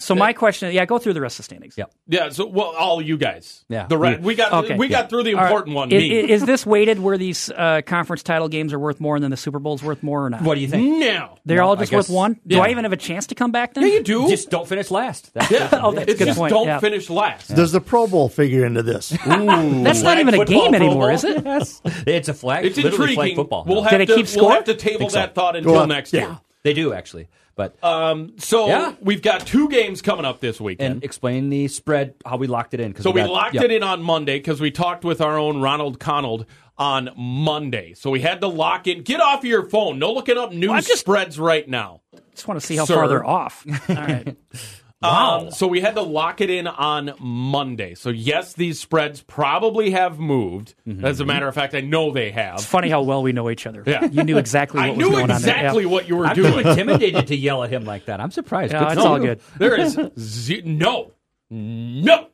Speaker 6: So my question, yeah, go through the rest of the standings.
Speaker 4: Yep.
Speaker 2: Yeah. So well, all you guys.
Speaker 4: Yeah.
Speaker 2: The right. We got.
Speaker 6: Okay.
Speaker 2: Uh, We got through the important
Speaker 6: All
Speaker 2: one.
Speaker 6: right. I- i-
Speaker 2: me.
Speaker 6: Is, this weighted where these uh, conference title games are worth more than the Super Bowl's worth more or not?
Speaker 4: What do you think?
Speaker 2: No.
Speaker 6: They're
Speaker 4: No,
Speaker 6: all
Speaker 4: I
Speaker 6: just
Speaker 4: guess-
Speaker 6: worth one? Do
Speaker 4: Yeah.
Speaker 6: I even have a chance to come back then?
Speaker 2: Yeah, you do.
Speaker 4: Just don't finish last. That's
Speaker 2: Yeah.
Speaker 6: oh, that's a
Speaker 2: it's
Speaker 6: good
Speaker 2: just
Speaker 6: point.
Speaker 2: don't
Speaker 6: yeah.
Speaker 2: finish last.
Speaker 5: Does the Pro Bowl figure into this?
Speaker 6: That's not
Speaker 2: Flag
Speaker 6: even a
Speaker 2: football
Speaker 6: game
Speaker 2: Pro
Speaker 6: anymore,
Speaker 2: Bowl?
Speaker 6: is it?
Speaker 4: Yes. It's a flag.
Speaker 2: It's
Speaker 4: literally
Speaker 2: intriguing.
Speaker 4: Flag football.
Speaker 2: We'll
Speaker 4: No.
Speaker 2: have
Speaker 6: Did it
Speaker 2: to.
Speaker 6: keep
Speaker 2: we'll
Speaker 6: score?
Speaker 2: have to table
Speaker 4: Think so.
Speaker 2: that thought until
Speaker 5: Well,
Speaker 2: next
Speaker 5: yeah.
Speaker 2: year.
Speaker 4: They do actually, but
Speaker 2: Um. So
Speaker 4: Yeah.
Speaker 2: we've got two games coming up this weekend.
Speaker 4: and explain the spread how we locked it in. 'cause
Speaker 2: So we
Speaker 4: got-
Speaker 2: locked
Speaker 4: yep.
Speaker 2: it in on Monday because we talked with our own Ronald Conald on Monday. So we had to lock in. Get off your phone. No looking up news spreads right now.
Speaker 6: Just want to see how
Speaker 2: Sir.
Speaker 6: far they're off. All right.
Speaker 2: Wow. Um, so we had to lock it in on Monday. So yes, these spreads probably have moved.
Speaker 6: Mm-hmm.
Speaker 2: As a matter of fact, I know they have.
Speaker 6: It's funny how well we know each other.
Speaker 2: Yeah.
Speaker 6: You knew exactly what
Speaker 2: I
Speaker 6: was
Speaker 2: knew
Speaker 6: going
Speaker 2: exactly
Speaker 6: on
Speaker 2: what you were
Speaker 4: I'm too
Speaker 2: doing.
Speaker 4: intimidated to yell at him like that. I'm surprised.
Speaker 6: Yeah,
Speaker 4: Good for
Speaker 6: it's all
Speaker 4: you.
Speaker 6: good.
Speaker 2: There is ze- no, no,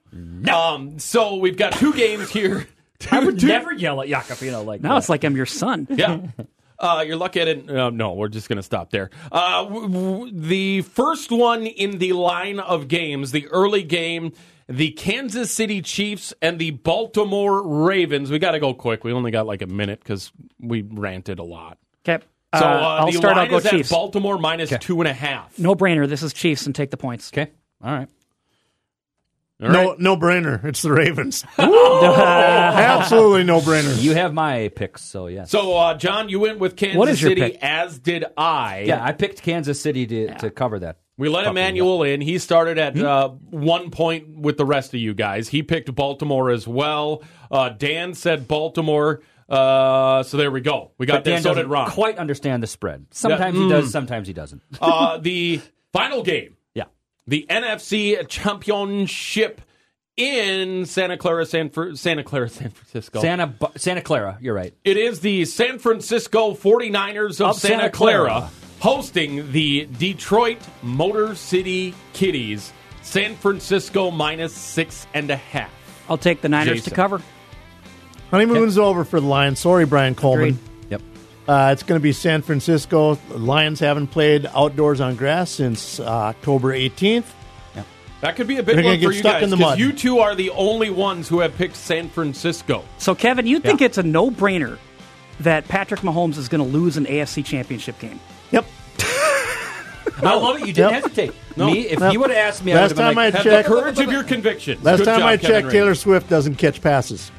Speaker 2: Um, so we've got two games here.
Speaker 4: I would
Speaker 2: Two-
Speaker 4: never yell at Jacopino like
Speaker 6: there. Now it's like I'm your son.
Speaker 2: yeah. Uh, you're lucky I didn't. Uh, no, we're just going to stop there. Uh, w- w- the first one in the line of games, the early game, the Kansas City Chiefs and the Baltimore Ravens. We got to go quick. We only got like a minute because we ranted a lot.
Speaker 6: Okay.
Speaker 2: So uh,
Speaker 6: I'll
Speaker 2: the
Speaker 6: start.
Speaker 2: line
Speaker 6: I'll go
Speaker 2: is at
Speaker 6: Chiefs.
Speaker 2: Baltimore minus two and a half.
Speaker 6: no brainer. This is Chiefs and take the points.
Speaker 4: okay. All right.
Speaker 2: All right.
Speaker 5: No, no brainer. It's the Ravens. Absolutely no brainer.
Speaker 4: You have my picks, so yes.
Speaker 2: So uh, John, you went with Kansas
Speaker 6: What is your
Speaker 2: City,
Speaker 6: pick?
Speaker 2: as did I.
Speaker 4: yeah, I picked Kansas City to, to cover that.
Speaker 2: We let Emmanuel in. He started at
Speaker 4: Hmm?
Speaker 2: uh, one point with the rest of you guys. He picked Baltimore as well. Uh, Dan said Baltimore. Uh, so there we go. We got
Speaker 4: But
Speaker 2: that.
Speaker 4: Dan
Speaker 2: So did
Speaker 4: doesn't
Speaker 2: Ron.
Speaker 4: quite understand the spread. Sometimes he does, sometimes he doesn't.
Speaker 2: uh, the final game,
Speaker 4: Yeah.
Speaker 2: the NFC Championship in Santa Clara, San Fr- Santa Clara, San Francisco.
Speaker 4: Santa Bu- Santa Clara, you're right.
Speaker 2: It is the San Francisco 49ers of,
Speaker 4: Of
Speaker 2: Santa,
Speaker 4: Santa
Speaker 2: Clara,
Speaker 4: Clara.
Speaker 2: hosting the Detroit Motor City Kitties. San Francisco minus six and a half.
Speaker 6: I'll take the Niners
Speaker 2: Jason.
Speaker 6: to cover.
Speaker 5: Honeymoon's over for the Lions. Sorry, Brian Coleman.
Speaker 6: Agreed.
Speaker 4: Yep.
Speaker 5: Uh, it's going to be San Francisco. The Lions haven't played outdoors on grass since uh, October 18th.
Speaker 2: That could be a big
Speaker 5: They're gonna
Speaker 2: one for
Speaker 5: get
Speaker 2: you
Speaker 5: stuck
Speaker 2: guys
Speaker 5: in the
Speaker 2: because
Speaker 5: mud.
Speaker 2: you two are the only ones who have picked San Francisco.
Speaker 6: So Kevin, you think it's a no brainer that Patrick Mahomes is going to lose an AFC Championship game?
Speaker 5: Yep.
Speaker 4: I love it. You didn't
Speaker 5: Yep.
Speaker 4: hesitate. Me, if he would have asked me, I
Speaker 5: Last
Speaker 4: would have been
Speaker 5: time
Speaker 4: like,
Speaker 5: I
Speaker 2: Have
Speaker 5: checked-
Speaker 2: the courage of your convictions.
Speaker 5: Last
Speaker 2: Good
Speaker 5: time
Speaker 2: job,
Speaker 5: I
Speaker 2: Kevin
Speaker 5: checked,
Speaker 2: Raymond.
Speaker 5: Taylor Swift doesn't catch passes.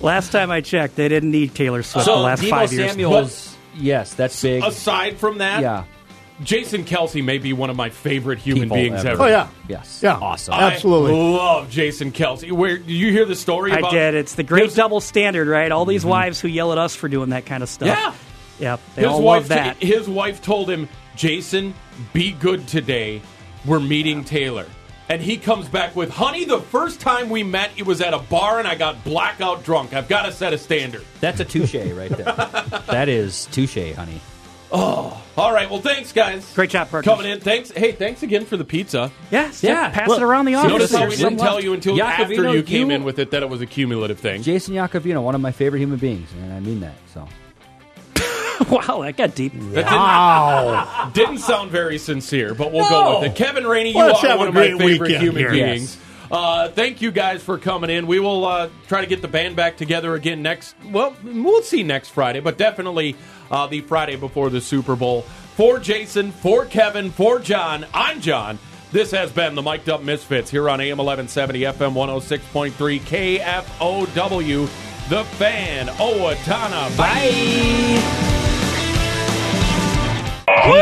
Speaker 6: Last time I checked, they didn't need Taylor Swift
Speaker 4: so
Speaker 6: the last
Speaker 4: Debo
Speaker 6: five years.
Speaker 4: Samuel's, yes, that's big.
Speaker 2: Aside from that,
Speaker 4: yeah.
Speaker 2: Jason Kelsey may be one of my favorite human
Speaker 4: People
Speaker 2: beings
Speaker 4: ever.
Speaker 2: ever.
Speaker 5: Oh, yeah.
Speaker 4: Yes.
Speaker 5: Yeah.
Speaker 4: Awesome.
Speaker 5: Absolutely.
Speaker 2: I love Jason Kelsey. Where do you hear the story?
Speaker 6: I
Speaker 2: about
Speaker 6: did. It's the great double standard, right? All these wives who yell at us for doing that kind of stuff.
Speaker 2: Mm-hmm. Yeah.
Speaker 6: Yep. They
Speaker 2: His
Speaker 6: all
Speaker 2: wife,
Speaker 6: love that.
Speaker 2: t- his wife told him, "Jason, be good today. We're meeting Taylor." And he comes back with, "Honey, the first time we met, it was at a bar, and I got blackout drunk. I've got to set a standard."
Speaker 4: That's a touche right there. that is touche, honey.
Speaker 2: All right. Well, thanks, guys.
Speaker 6: Great job, Perkins.
Speaker 2: coming in. Thanks. Hey, thanks again for the pizza.
Speaker 6: Yes.
Speaker 4: Yeah.
Speaker 6: Pass
Speaker 4: Look,
Speaker 6: it around the
Speaker 4: see,
Speaker 6: office.
Speaker 2: Notice how we
Speaker 4: Seriously.
Speaker 2: didn't tell you until
Speaker 4: Jacobino,
Speaker 2: after you came
Speaker 4: you-
Speaker 2: in with it that it was a cumulative thing.
Speaker 4: Jason Jacobino, one of my favorite human beings, and I mean that. So
Speaker 6: wow, that got deep.
Speaker 2: That didn't-
Speaker 5: Wow.
Speaker 2: didn't sound very sincere, but we'll go
Speaker 4: No.
Speaker 2: with it. Kevin Rainey, you
Speaker 5: Let's
Speaker 2: are
Speaker 5: have
Speaker 2: one
Speaker 5: a
Speaker 2: of my
Speaker 5: great
Speaker 2: favorite
Speaker 5: weekend
Speaker 2: human
Speaker 5: here.
Speaker 2: beings. Uh, thank you guys for coming in. We will uh, try to get the band back together again next. Well, we'll see next Friday, but definitely uh, the Friday before the Super Bowl. For Jason, for Kevin, for John, I'm John. This has been the Mic'd Up Misfits here on AM 1170, FM 106.3, KFOW, The Fan, Owatonna. Bye.